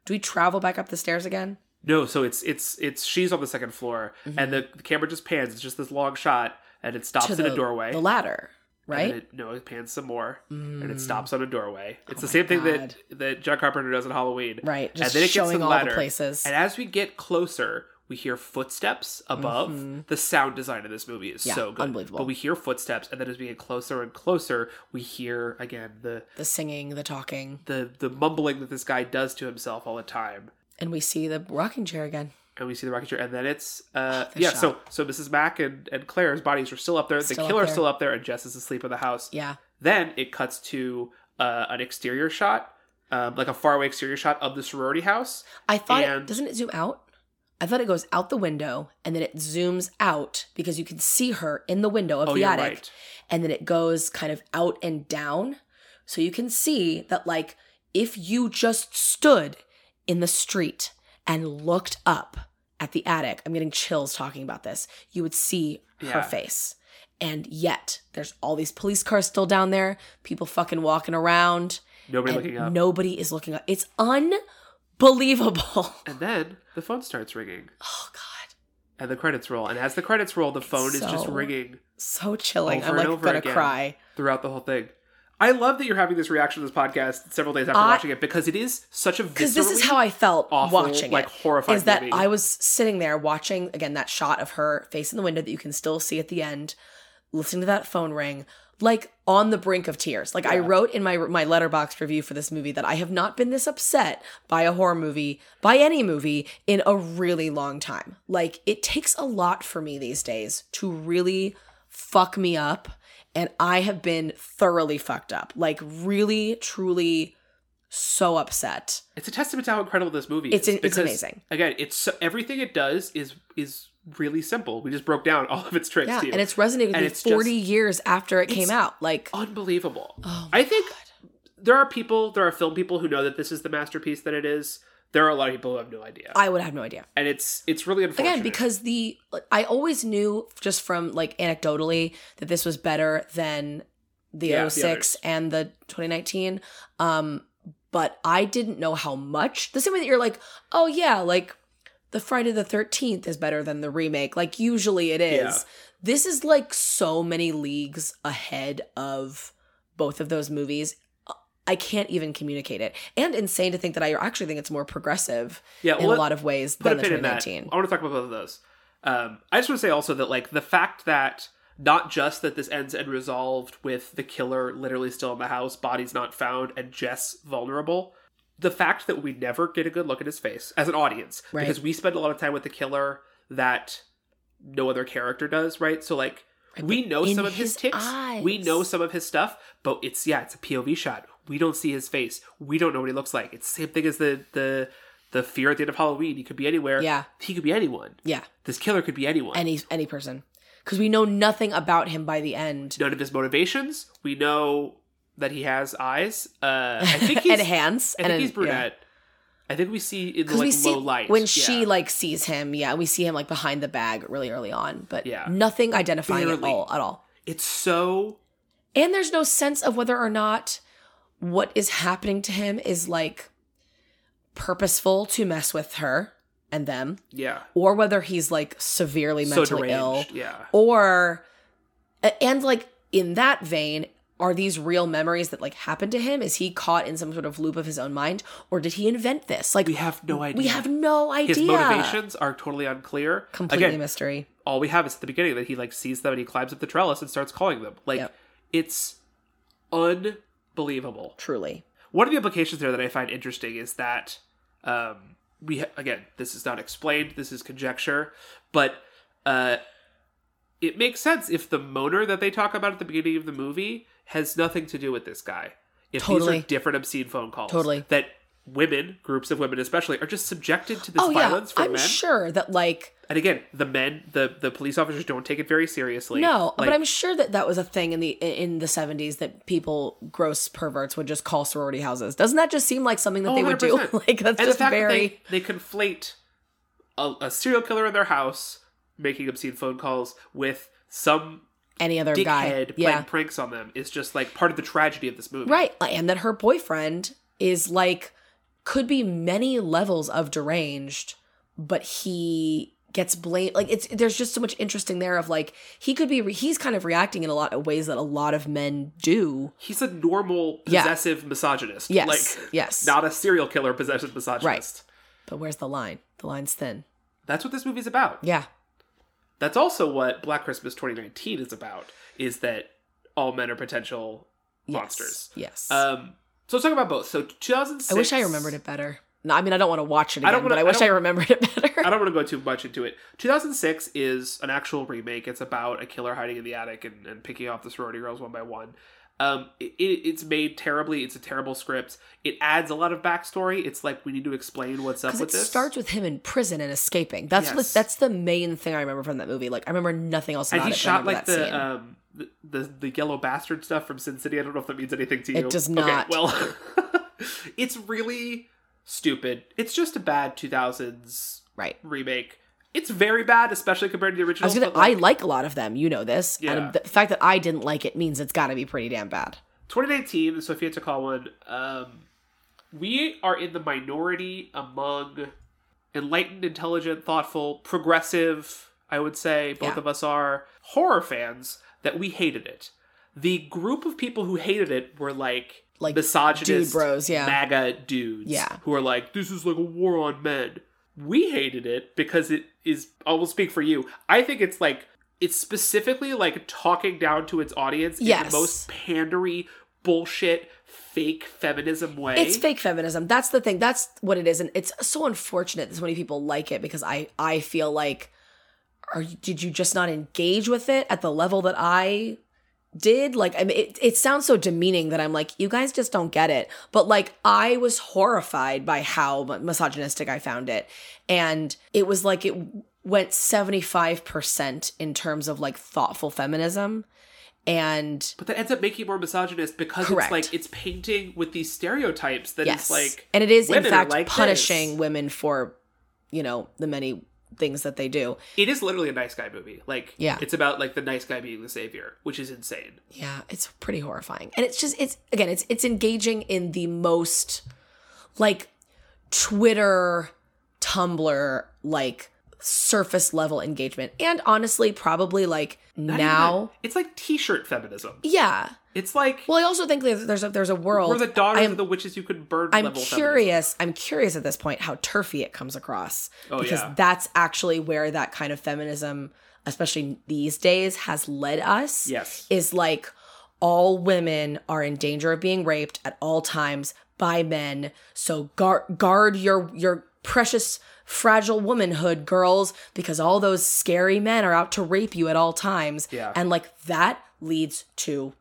[SPEAKER 2] Do we travel back up the stairs again?
[SPEAKER 1] No, so it's it's it's she's on the second floor and the, the camera just pans. It's just this long shot and it stops
[SPEAKER 2] Mm-hmm. To
[SPEAKER 1] in a doorway.
[SPEAKER 2] The ladder,
[SPEAKER 1] and then
[SPEAKER 2] right?
[SPEAKER 1] it, no, it pans some more and
[SPEAKER 2] Mm,
[SPEAKER 1] it stops on a doorway. It's the
[SPEAKER 2] Oh my
[SPEAKER 1] same thing that that John Carpenter does in Halloween.
[SPEAKER 2] Mm, Right, just
[SPEAKER 1] then it gets to
[SPEAKER 2] showing
[SPEAKER 1] the
[SPEAKER 2] all
[SPEAKER 1] ladder,
[SPEAKER 2] the places.
[SPEAKER 1] And as we get closer, we hear footsteps above.
[SPEAKER 2] Mhm.
[SPEAKER 1] The sound design of this movie is
[SPEAKER 2] Yeah,
[SPEAKER 1] so good.
[SPEAKER 2] unbelievable.
[SPEAKER 1] But we hear footsteps and then as we get closer and closer, we hear again the
[SPEAKER 2] the singing, the talking,
[SPEAKER 1] the the mumbling that this guy does to himself all the time.
[SPEAKER 2] and we see the rocking chair again.
[SPEAKER 1] and we see the rocket chair, and then it's uh
[SPEAKER 2] The
[SPEAKER 1] yeah.
[SPEAKER 2] shot.
[SPEAKER 1] So so Mrs. Mack and and Claire's bodies are still up there.
[SPEAKER 2] Still
[SPEAKER 1] the
[SPEAKER 2] up
[SPEAKER 1] killer's
[SPEAKER 2] there.
[SPEAKER 1] still up there, and Jess is asleep in the house.
[SPEAKER 2] Yeah,
[SPEAKER 1] Then it cuts to uh, an exterior shot, um, like a faraway exterior shot of the sorority house.
[SPEAKER 2] I thought
[SPEAKER 1] And-
[SPEAKER 2] doesn't it zoom out? I thought it goes out the window and then it zooms out because you can see her in the window of
[SPEAKER 1] oh,
[SPEAKER 2] the
[SPEAKER 1] you're
[SPEAKER 2] attic,
[SPEAKER 1] right.
[SPEAKER 2] and then it goes kind of out and down, so you can see that like if you just stood in the street and looked up at the attic, I'm getting chills talking about this, you would see
[SPEAKER 1] Yeah.
[SPEAKER 2] her face. And yet, there's all these police cars still down there, people fucking walking around,
[SPEAKER 1] Nobody
[SPEAKER 2] and
[SPEAKER 1] looking up.
[SPEAKER 2] nobody is looking up. It's unbelievable.
[SPEAKER 1] And then the phone starts ringing,
[SPEAKER 2] Oh, God.
[SPEAKER 1] and the credits roll. And as the credits roll, the phone is just
[SPEAKER 2] so-
[SPEAKER 1] ringing
[SPEAKER 2] So chilling.
[SPEAKER 1] Over and
[SPEAKER 2] I'm like
[SPEAKER 1] over
[SPEAKER 2] gonna
[SPEAKER 1] again.
[SPEAKER 2] cry.
[SPEAKER 1] throughout the whole thing. I love that you're having this reaction to this podcast several days after
[SPEAKER 2] I-
[SPEAKER 1] watching it because it is such a
[SPEAKER 2] Because this is
[SPEAKER 1] viscerally
[SPEAKER 2] how I felt
[SPEAKER 1] awful,
[SPEAKER 2] watching
[SPEAKER 1] like
[SPEAKER 2] it.
[SPEAKER 1] horrifying
[SPEAKER 2] Is that
[SPEAKER 1] movie.
[SPEAKER 2] I was sitting there watching again that shot of her face in the window that you can still see at the end, listening to that phone ring, like on the brink of tears. Like I
[SPEAKER 1] Yeah.
[SPEAKER 2] wrote in my my letterbox review for this movie that I have not been this upset by a horror movie, by any movie, in a really long time. Like it takes a lot for me these days to really fuck me up. And I have been thoroughly fucked up. Like really, truly so upset.
[SPEAKER 1] it's a testament to how incredible this movie
[SPEAKER 2] It's
[SPEAKER 1] is.
[SPEAKER 2] it's
[SPEAKER 1] because,
[SPEAKER 2] amazing.
[SPEAKER 1] Again, it's so, everything it does is is really simple. We just broke down all of its tricks.
[SPEAKER 2] Yeah,
[SPEAKER 1] to you.
[SPEAKER 2] and it's resonated with
[SPEAKER 1] And
[SPEAKER 2] me
[SPEAKER 1] it's
[SPEAKER 2] 40 years after it came
[SPEAKER 1] It's-
[SPEAKER 2] out. Like,
[SPEAKER 1] unbelievable.
[SPEAKER 2] oh,
[SPEAKER 1] I think there are people, there are film people who know that this is the masterpiece that it is. There are a lot of people who have no idea,
[SPEAKER 2] I would have no idea.
[SPEAKER 1] and it's it's really unfortunate.
[SPEAKER 2] Again, because the like, I always knew just from like anecdotally that this was better than the
[SPEAKER 1] Yeah, the others.
[SPEAKER 2] 06 and the 2019. Um, but I didn't know how much. The same way that you're like, oh yeah, like the Friday the 13th is better than the remake. Like usually it is.
[SPEAKER 1] Yeah.
[SPEAKER 2] This is like so many leagues ahead of both of those movies. I can't even communicate it. And insane to think that I actually think it's more progressive
[SPEAKER 1] Yeah,
[SPEAKER 2] in
[SPEAKER 1] let-
[SPEAKER 2] a lot of ways
[SPEAKER 1] put
[SPEAKER 2] than
[SPEAKER 1] a
[SPEAKER 2] the
[SPEAKER 1] pin in that. I
[SPEAKER 2] 2019.
[SPEAKER 1] want to talk about both of those. Um, I just want to say also that like the fact that not just that this ends and resolved with the killer literally still in the house, bodies not found, and Jess vulnerable. The fact that we never get a good look at his face as an audience
[SPEAKER 2] Right.
[SPEAKER 1] because we spend a lot of time with the killer that no other character does, right? So like
[SPEAKER 2] Right,
[SPEAKER 1] we know
[SPEAKER 2] in
[SPEAKER 1] some of his
[SPEAKER 2] his
[SPEAKER 1] tics, we
[SPEAKER 2] eyes.
[SPEAKER 1] know some of his stuff, but it's yeah, it's a POV shot. We don't see his face. We don't know what he looks like. It's the same thing as the the the fear at the end of Halloween. He could be anywhere.
[SPEAKER 2] Yeah.
[SPEAKER 1] he could be anyone.
[SPEAKER 2] Yeah,
[SPEAKER 1] This killer could be anyone.
[SPEAKER 2] any any person, because we know nothing about him by the end.
[SPEAKER 1] None of his motivations. We know that he has eyes. Uh, I think he's
[SPEAKER 2] and hands.
[SPEAKER 1] I think
[SPEAKER 2] and
[SPEAKER 1] he's brunette. I think we see in the
[SPEAKER 2] Because
[SPEAKER 1] like,
[SPEAKER 2] we see
[SPEAKER 1] low light
[SPEAKER 2] when
[SPEAKER 1] yeah.
[SPEAKER 2] she like sees him, yeah, we see him like behind the bag really early on, but
[SPEAKER 1] Yeah.
[SPEAKER 2] nothing identifying at
[SPEAKER 1] Barely.
[SPEAKER 2] all at all.
[SPEAKER 1] It's so
[SPEAKER 2] And there's no sense of whether or not what is happening to him is like purposeful to mess with her and them,
[SPEAKER 1] yeah,
[SPEAKER 2] or whether he's like severely
[SPEAKER 1] so
[SPEAKER 2] mentally ill,
[SPEAKER 1] deranged. Yeah,
[SPEAKER 2] or a- and like in that vein. Are these real memories that like happened to him? Is he caught in some sort of loop of his own mind, or did he invent this? Like
[SPEAKER 1] we have no idea.
[SPEAKER 2] we have no idea.
[SPEAKER 1] his motivations are totally unclear.
[SPEAKER 2] completely
[SPEAKER 1] Again,
[SPEAKER 2] mystery.
[SPEAKER 1] all we have is at the beginning that he like sees them and he climbs up the trellis and starts calling them. Like
[SPEAKER 2] Yep.
[SPEAKER 1] it's unbelievable.
[SPEAKER 2] Truly.
[SPEAKER 1] One of the implications there that I find interesting is that um, we ha- again this is not explained, this is conjecture, but uh, it makes sense if the moaner that they talk about at the beginning of the movie has nothing to do with this guy. If
[SPEAKER 2] Totally.
[SPEAKER 1] these are different obscene phone calls,
[SPEAKER 2] Totally.
[SPEAKER 1] that women, groups of women especially, are just subjected to this
[SPEAKER 2] oh yeah,
[SPEAKER 1] violence from
[SPEAKER 2] I'm
[SPEAKER 1] men.
[SPEAKER 2] sure that like
[SPEAKER 1] And again, the men, the the police officers don't take it very seriously.
[SPEAKER 2] no,
[SPEAKER 1] Like,
[SPEAKER 2] but I'm sure that that was a thing in the in the 70s that people gross perverts would just call sorority houses. Doesn't that just seem like something that
[SPEAKER 1] Oh,
[SPEAKER 2] they would do?
[SPEAKER 1] 100%.
[SPEAKER 2] like that's
[SPEAKER 1] and the
[SPEAKER 2] just
[SPEAKER 1] fact
[SPEAKER 2] very
[SPEAKER 1] that they, they conflate a, a serial killer in their house making obscene phone calls with some
[SPEAKER 2] any other guy.
[SPEAKER 1] dickhead playing
[SPEAKER 2] Yeah,
[SPEAKER 1] pranks on them is just like part of the tragedy of this movie.
[SPEAKER 2] right. And that her boyfriend is like could be many levels of deranged, but he gets blamed like it's there's just so much interesting there of like he could be re- he's kind of reacting in a lot of ways that a lot of men do
[SPEAKER 1] He's a normal
[SPEAKER 2] Yeah.
[SPEAKER 1] possessive misogynist.
[SPEAKER 2] Yes.
[SPEAKER 1] Like
[SPEAKER 2] yes.
[SPEAKER 1] not a serial killer possessive misogynist.
[SPEAKER 2] but where's the line? The line's thin.
[SPEAKER 1] That's what this movie's about.
[SPEAKER 2] Yeah.
[SPEAKER 1] That's also what Black Christmas 2019 is about is that all men are potential
[SPEAKER 2] Yes.
[SPEAKER 1] monsters.
[SPEAKER 2] Yes.
[SPEAKER 1] Um, so let's talk about both. So 2006.
[SPEAKER 2] I wish I remembered it better. No, I mean I don't want to watch it again,
[SPEAKER 1] I don't wanna-
[SPEAKER 2] but I
[SPEAKER 1] I
[SPEAKER 2] wish I,
[SPEAKER 1] don't-
[SPEAKER 2] remembered it better.
[SPEAKER 1] I don't want to go too much into it. 2006 is an actual remake. It's about a killer hiding in the attic and, and picking off the sorority girls one by one. Um, it, it- it's made terribly. It's a terrible script. It adds a lot of backstory. It's like we need to explain what's up
[SPEAKER 2] Because
[SPEAKER 1] with
[SPEAKER 2] it
[SPEAKER 1] this.
[SPEAKER 2] starts with him in prison and escaping. That's
[SPEAKER 1] Yes.
[SPEAKER 2] the, that's the main thing I remember from that movie. Like I remember nothing else.
[SPEAKER 1] and
[SPEAKER 2] about
[SPEAKER 1] he
[SPEAKER 2] it, but I
[SPEAKER 1] shot
[SPEAKER 2] remember
[SPEAKER 1] like
[SPEAKER 2] that
[SPEAKER 1] the
[SPEAKER 2] scene.
[SPEAKER 1] um the, the the yellow bastard stuff from Sin City. I don't know if that means anything to you.
[SPEAKER 2] It does
[SPEAKER 1] Okay,
[SPEAKER 2] not.
[SPEAKER 1] well, it's really stupid. It's just a bad 2000s
[SPEAKER 2] right.
[SPEAKER 1] remake. It's very bad, especially compared to the
[SPEAKER 2] I
[SPEAKER 1] original.
[SPEAKER 2] was gonna.
[SPEAKER 1] but, like,
[SPEAKER 2] I like a lot of them. You know this.
[SPEAKER 1] Yeah.
[SPEAKER 2] And the fact that I didn't like it means it's got to be pretty damn bad.
[SPEAKER 1] 2019, so if you had to call one, um, we are in the minority among enlightened, intelligent, thoughtful, progressive, I would say, both
[SPEAKER 2] Yeah.
[SPEAKER 1] of us are horror fans that we hated it. The group of people who hated it were like,
[SPEAKER 2] Like,
[SPEAKER 1] misogynist
[SPEAKER 2] dude bros, yeah.
[SPEAKER 1] MAGA dudes
[SPEAKER 2] Yeah.
[SPEAKER 1] who are like, this is like a war on men. We hated it because it is, I will speak for you. I think it's like, it's specifically like talking down to its audience in the
[SPEAKER 2] Yes.
[SPEAKER 1] most pandery bullshit fake feminism way.
[SPEAKER 2] It's fake feminism. That's the thing. That's what it is, and it's so unfortunate that so many people like it because I I feel like, are you, did you just not engage with it at the level that I did? Like, I mean, it it sounds so demeaning that I'm like, you guys just don't get it. But like, I was horrified by how mi- misogynistic I found it, and it was like it went seventy five percent in terms of like thoughtful feminism, and
[SPEAKER 1] But that ends up making it more misogynist because
[SPEAKER 2] Correct.
[SPEAKER 1] it's like it's painting with these stereotypes that it's like
[SPEAKER 2] and it is in
[SPEAKER 1] women are
[SPEAKER 2] fact
[SPEAKER 1] like
[SPEAKER 2] punishing
[SPEAKER 1] this.
[SPEAKER 2] women for you know the many things that they do
[SPEAKER 1] it is literally a nice guy movie. Like
[SPEAKER 2] Yeah.
[SPEAKER 1] it's about like the nice guy being the savior, which is insane.
[SPEAKER 2] yeah it's pretty horrifying and it's just it's again it's it's engaging in the most like twitter tumblr like surface level engagement and honestly probably like
[SPEAKER 1] Not even
[SPEAKER 2] now
[SPEAKER 1] that- it's like t-shirt feminism.
[SPEAKER 2] yeah
[SPEAKER 1] It's like
[SPEAKER 2] Well, I also think there's there's a, there's a
[SPEAKER 1] we're
[SPEAKER 2] world.
[SPEAKER 1] the daughters
[SPEAKER 2] I'm-
[SPEAKER 1] of the witches you could burn.
[SPEAKER 2] I'm
[SPEAKER 1] level
[SPEAKER 2] curious. I'm curious at this point how turfy it comes across
[SPEAKER 1] Oh,
[SPEAKER 2] because
[SPEAKER 1] yeah.
[SPEAKER 2] that's actually where that kind of feminism, especially these days, has led us.
[SPEAKER 1] Yes.
[SPEAKER 2] is like all women are in danger of being raped at all times by men. So guard guard your your precious fragile womanhood, girls, because all those scary men are out to rape you at all times.
[SPEAKER 1] Yeah.
[SPEAKER 2] And like that leads to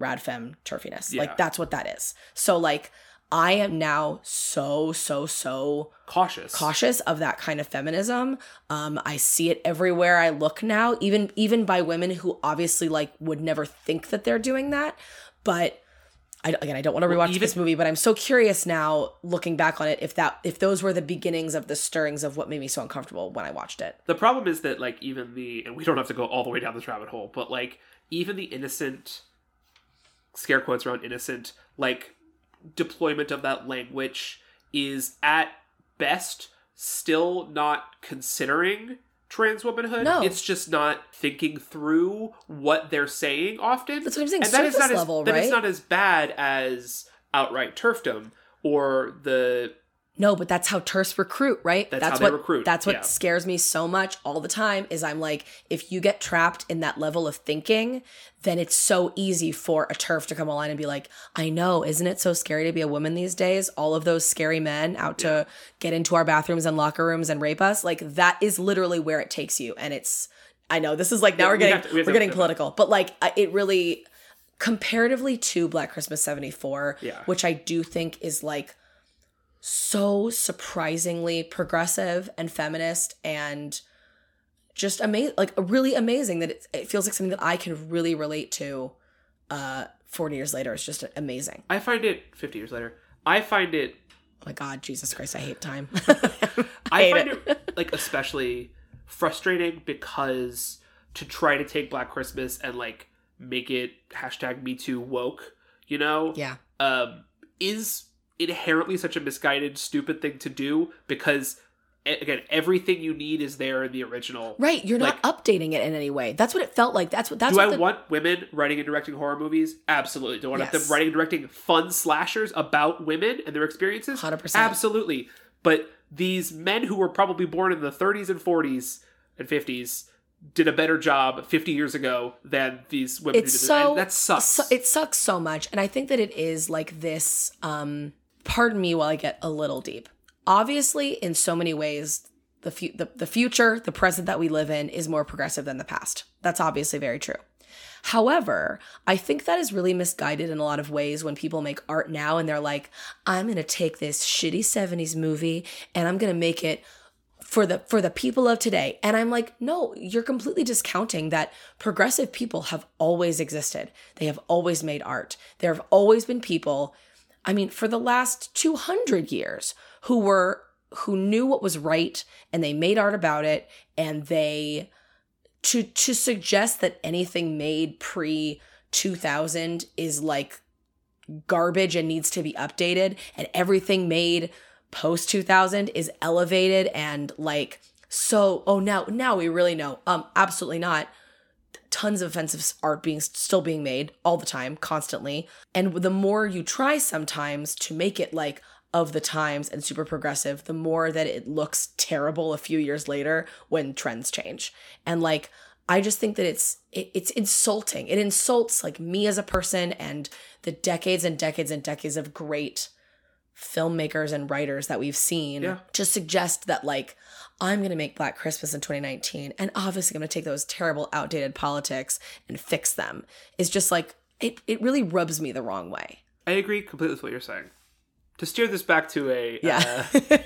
[SPEAKER 2] rad femme turfiness.
[SPEAKER 1] Yeah.
[SPEAKER 2] Like that's what that is. So like I am now so so so
[SPEAKER 1] cautious.
[SPEAKER 2] cautious of that kind of feminism. Um, I see it everywhere I look now, even even by women who obviously like would never think that they're doing that. But I, again, I don't want to rewatch
[SPEAKER 1] even-
[SPEAKER 2] this movie, but I'm so curious now, looking back on it, if that if those were the beginnings of the stirrings of what made me so uncomfortable when I watched it.
[SPEAKER 1] The problem is that like even the and we don't have to go all the way down this rabbit hole, but like even the innocent scare quotes around innocent like deployment of that language is at best still not considering trans womanhood.
[SPEAKER 2] No.
[SPEAKER 1] It's just not thinking through what they're saying often.
[SPEAKER 2] That's what I'm saying.
[SPEAKER 1] that is
[SPEAKER 2] Surface
[SPEAKER 1] not
[SPEAKER 2] level,
[SPEAKER 1] as, That is
[SPEAKER 2] right?
[SPEAKER 1] not as bad as outright turfdom or the
[SPEAKER 2] No, but that's how TERFs recruit, right?
[SPEAKER 1] That's how they
[SPEAKER 2] what,
[SPEAKER 1] recruit,
[SPEAKER 2] That's what
[SPEAKER 1] yeah.
[SPEAKER 2] scares me so much all the time is I'm like, if you get trapped in that level of thinking, then it's so easy for a turf to come online and be like, I know, isn't it so scary to be a woman these days? All of those scary men out to get into our bathrooms and locker rooms and rape us. Like that is literally where it takes you. And it's I know this is like
[SPEAKER 1] Yeah,
[SPEAKER 2] now we're
[SPEAKER 1] we
[SPEAKER 2] getting
[SPEAKER 1] have to- we have
[SPEAKER 2] we're
[SPEAKER 1] to-
[SPEAKER 2] getting political, but like I- it really comparatively to Black Christmas 74,
[SPEAKER 1] Yeah.
[SPEAKER 2] which I do think is like so surprisingly progressive and feminist and just amazing like really amazing that it, it feels like something that I can really relate to uh 40 years later is just amazing.
[SPEAKER 1] I find it 50 years later. I find it
[SPEAKER 2] Oh my god, Jesus Christ, I hate time.
[SPEAKER 1] I
[SPEAKER 2] Hate
[SPEAKER 1] find it. like especially frustrating because to try to take Black Christmas and like make it hashtag Me Too woke, you know,
[SPEAKER 2] yeah.
[SPEAKER 1] um, is inherently such a misguided, stupid thing to do because a- again, everything you need is there in the original.
[SPEAKER 2] Right, you're
[SPEAKER 1] Like-
[SPEAKER 2] not updating it in any way. That's what it felt like. That's what that's
[SPEAKER 1] do
[SPEAKER 2] what
[SPEAKER 1] I
[SPEAKER 2] the-
[SPEAKER 1] want women writing and directing horror movies? Absolutely. Do I want them
[SPEAKER 2] Yes.
[SPEAKER 1] writing and directing fun slashers about women and their experiences?
[SPEAKER 2] 100%.
[SPEAKER 1] Absolutely. But these men who were probably born in the 30s and 40s and 50s did a better job 50 years ago than these women
[SPEAKER 2] It's
[SPEAKER 1] who did
[SPEAKER 2] so-
[SPEAKER 1] and that sucks.
[SPEAKER 2] so, it sucks so much and i think that it is like this um pardon me while i get a little deep obviously in so many ways the, fu- the the future the present that we live in is more progressive than the past that's obviously very true However, I think that is really misguided in a lot of ways when people make art now and they're like, I'm going to take this shitty 70s movie and I'm going to make it for the for the people of today. And I'm like, no, you're completely discounting that progressive people have always existed. They have always made art. There have always been people, I mean, for the last 200 years who were who knew what was right and they made art about it and they to to suggest that anything made pre 2000 is like garbage and needs to be updated and everything made post 2000 is elevated and like so oh now now we really know um absolutely not tons of offensive art being still being made all the time constantly and the more you try sometimes to make it like of the times and super progressive the more that it looks terrible a few years later when trends change and like i just think that it's it, it's insulting it insults like me as a person and the decades and decades and decades of great filmmakers and writers that we've seen
[SPEAKER 1] Yeah.
[SPEAKER 2] to suggest that like I'm going to make Black Christmas in 2019 and obviously I'm going to take those terrible outdated politics and fix them is just like it it really rubs me the wrong way.
[SPEAKER 1] I agree completely with what you're saying. To steer this back to a
[SPEAKER 2] Yeah.
[SPEAKER 1] uh,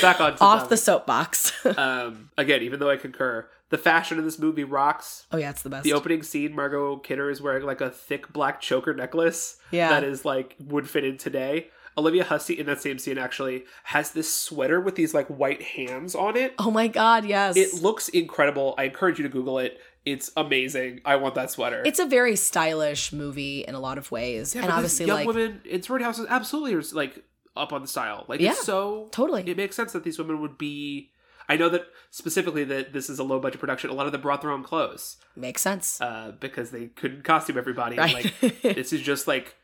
[SPEAKER 1] back on
[SPEAKER 2] Off the soapbox.
[SPEAKER 1] um, again, even though I concur, the fashion in this movie rocks.
[SPEAKER 2] oh yeah, it's the best.
[SPEAKER 1] The opening scene, Margot Kidder is wearing like a thick black choker necklace
[SPEAKER 2] Yeah.
[SPEAKER 1] that is like would fit in today. Olivia Hussey in that same scene actually has this sweater with these like white hands on it.
[SPEAKER 2] oh my god, yes.
[SPEAKER 1] It looks incredible. I encourage you to Google it. It's amazing. I want that sweater.
[SPEAKER 2] it's a very stylish movie in a lot of ways
[SPEAKER 1] Yeah, but
[SPEAKER 2] and
[SPEAKER 1] this
[SPEAKER 2] obviously
[SPEAKER 1] young
[SPEAKER 2] like
[SPEAKER 1] women in sorority is absolutely is like up on the style. Like
[SPEAKER 2] Yeah,
[SPEAKER 1] it's so
[SPEAKER 2] totally.
[SPEAKER 1] it makes sense that these women would be I know that specifically that this is a low budget production. A lot of them brought their own clothes
[SPEAKER 2] Makes sense.
[SPEAKER 1] uh, because they couldn't costume everybody. And,
[SPEAKER 2] right.
[SPEAKER 1] Like this is just like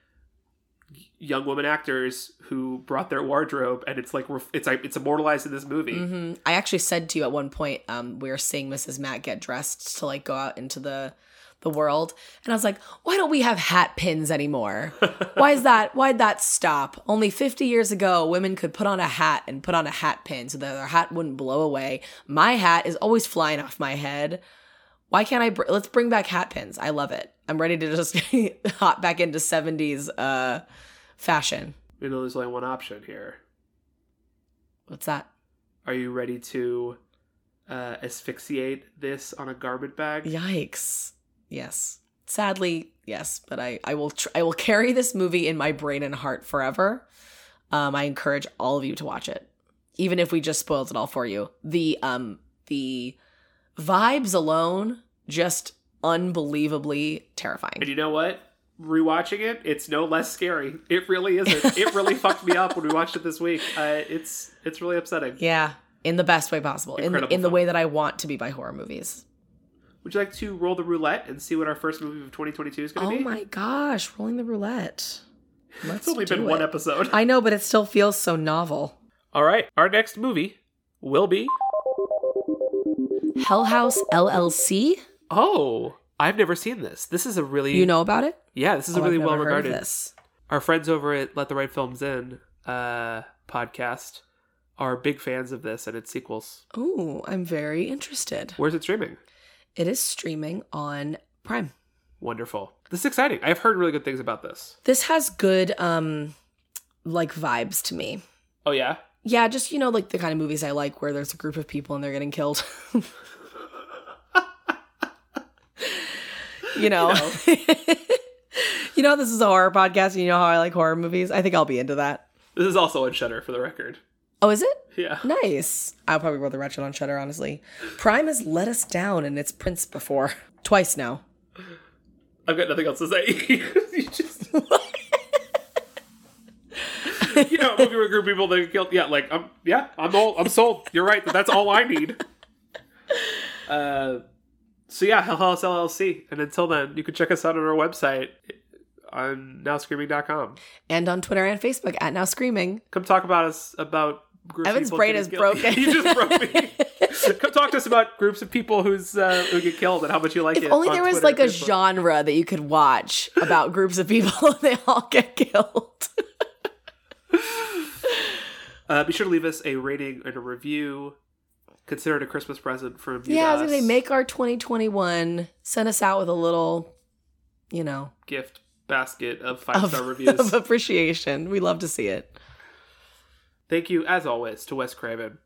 [SPEAKER 1] young women actors who brought their wardrobe, and it's like ref- it's like it's immortalized in this movie.
[SPEAKER 2] hmm I actually said to you at one point, um, we were seeing Mrs. Matt get dressed to like go out into the the world, and I was like, why don't we have hat pins anymore? Mm-hmm. Why is that? Why'd that stop? Only 50 years ago, women could put on a hat and put on a hat pin so that their hat wouldn't blow away. My hat is always flying off my head. Why can't I? Br- Let's bring back hat pins. I love it. I'm ready to just hop back into 70s uh, fashion.
[SPEAKER 1] You know, there's only one option here.
[SPEAKER 2] What's that?
[SPEAKER 1] Are you ready to uh, asphyxiate this on a garbage bag?
[SPEAKER 2] Yikes. Yes. Sadly, yes, but I I will tr- I will carry this movie in my brain and heart forever. Um I encourage all of you to watch it. Even if we just spoiled it all for you. The um the vibes alone just unbelievably
[SPEAKER 1] And
[SPEAKER 2] terrifying.
[SPEAKER 1] you know what? Rewatching it, it's no less scary. It really isn't. It really fucked me up when we watched it this week. Uh, it's it's really upsetting.
[SPEAKER 2] Yeah, in the best way possible. In the,
[SPEAKER 1] Incredible
[SPEAKER 2] in the
[SPEAKER 1] film.
[SPEAKER 2] way that I want to be by horror movies.
[SPEAKER 1] Would you like to roll the roulette and see what our first movie of 2022 is going
[SPEAKER 2] Oh
[SPEAKER 1] to be?
[SPEAKER 2] my gosh, rolling the roulette. Let's
[SPEAKER 1] It's only
[SPEAKER 2] do
[SPEAKER 1] been one
[SPEAKER 2] it.
[SPEAKER 1] episode.
[SPEAKER 2] I know, but it still feels so novel.
[SPEAKER 1] All right, our next movie will be.
[SPEAKER 2] Hell House LLC.
[SPEAKER 1] Oh, I've never seen this. This is a really
[SPEAKER 2] You know about it?
[SPEAKER 1] yeah. This is
[SPEAKER 2] Oh,
[SPEAKER 1] a
[SPEAKER 2] I've
[SPEAKER 1] really
[SPEAKER 2] never
[SPEAKER 1] well
[SPEAKER 2] heard of
[SPEAKER 1] regarded.
[SPEAKER 2] This.
[SPEAKER 1] Our friends over at Let the Right Films In uh, podcast are big fans of this and its sequels.
[SPEAKER 2] Ooh, I'm very interested.
[SPEAKER 1] Where's it streaming?
[SPEAKER 2] It is streaming on Prime.
[SPEAKER 1] Wonderful. This is exciting. I've heard really good things about this.
[SPEAKER 2] This has good um like vibes to me.
[SPEAKER 1] Oh yeah.
[SPEAKER 2] Yeah, just you know like the kind of movies I like where there's a group of people and they're getting killed. you know. You know. how this is a horror podcast and you know how I like horror movies? I think I'll be into that.
[SPEAKER 1] This is also on Shutter for the record.
[SPEAKER 2] Oh, is it?
[SPEAKER 1] Yeah.
[SPEAKER 2] Nice. I'll probably rather Ratchet on Shutter, honestly. Prime has let us down in its prints before. Twice now.
[SPEAKER 1] I've got nothing else to say. you just. you know, a movie with a group of people that get killed. Yeah, like I'm. Yeah, I'm all. I'm sold. You're right. That's all I need. Uh, so yeah, Hell House LLC. And until then, you can check us out on our website on nowscreaming.com.
[SPEAKER 2] And on Twitter and Facebook at Now Screaming.
[SPEAKER 1] Come talk about us about. Groups of
[SPEAKER 2] Evan's
[SPEAKER 1] people
[SPEAKER 2] brain
[SPEAKER 1] getting killed. you
[SPEAKER 2] is broken.
[SPEAKER 1] just broke me. Come talk to us about groups of people who's uh, who get killed and how much you like it.
[SPEAKER 2] If only
[SPEAKER 1] on
[SPEAKER 2] there was
[SPEAKER 1] Twitter,
[SPEAKER 2] like a
[SPEAKER 1] Facebook.
[SPEAKER 2] genre that you could watch about groups of people and they all get killed.
[SPEAKER 1] Uh, be sure to leave us a rating and a review. Consider it a Christmas present from you
[SPEAKER 2] yeah, I
[SPEAKER 1] to
[SPEAKER 2] was gonna
[SPEAKER 1] us.
[SPEAKER 2] say make our 2021 send us out with a little, you know,
[SPEAKER 1] gift basket of five
[SPEAKER 2] of,
[SPEAKER 1] star reviews.
[SPEAKER 2] of appreciation. We love to see it.
[SPEAKER 1] Thank you, as always, to Wes Craven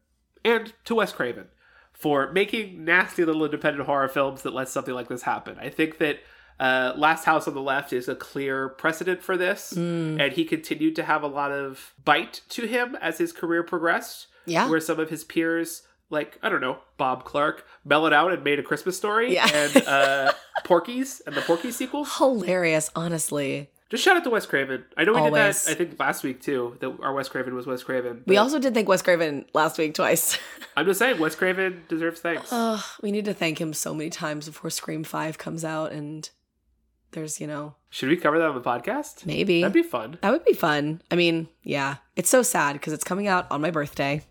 [SPEAKER 1] and to Wes Craven for making nasty little independent horror films that let something like this happen. I think that uh, Last House on the Left is a clear precedent for this,
[SPEAKER 2] Mm.
[SPEAKER 1] and he continued to have a lot of bite to him as his career progressed.
[SPEAKER 2] Yeah.
[SPEAKER 1] where some of his peers, like I don't know, Bob Clark, mellowed out and made a Christmas story
[SPEAKER 2] Yeah.
[SPEAKER 1] and uh, Porky's and the Porky sequels.
[SPEAKER 2] Hilarious, honestly.
[SPEAKER 1] Just shout out to Wes Craven. I know we
[SPEAKER 2] Always.
[SPEAKER 1] did that. I think last week too. That our Wes Craven was Wes Craven.
[SPEAKER 2] We
[SPEAKER 1] but
[SPEAKER 2] also did thank Wes Craven last week twice.
[SPEAKER 1] I'm just saying, Wes Craven deserves thanks.
[SPEAKER 2] Ugh, we need to thank him so many times before Scream 5 comes out and there's, you know,
[SPEAKER 1] Should we cover that on the podcast?
[SPEAKER 2] maybe.
[SPEAKER 1] That'd be fun.
[SPEAKER 2] That would be fun. I mean, yeah. It's so sad because it's coming out on my birthday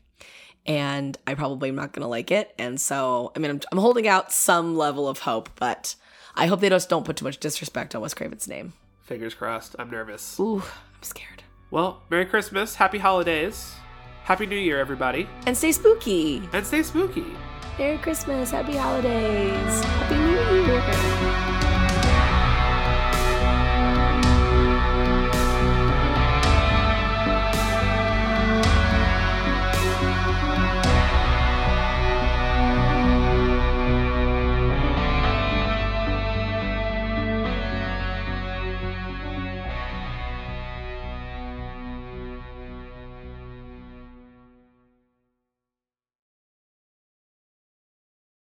[SPEAKER 2] and I probably am not going to like it. And so, I mean, I'm, I'm holding out some level of hope, but I hope they just don't put too much disrespect on Wes Craven's name.
[SPEAKER 1] Fingers crossed. I'm nervous.
[SPEAKER 2] Ooh, I'm scared.
[SPEAKER 1] Well, Merry Christmas, Happy Holidays, Happy New Year, everybody,
[SPEAKER 2] And stay spooky.
[SPEAKER 1] and stay spooky.
[SPEAKER 2] Merry Christmas. Happy holidays. Happy New Year.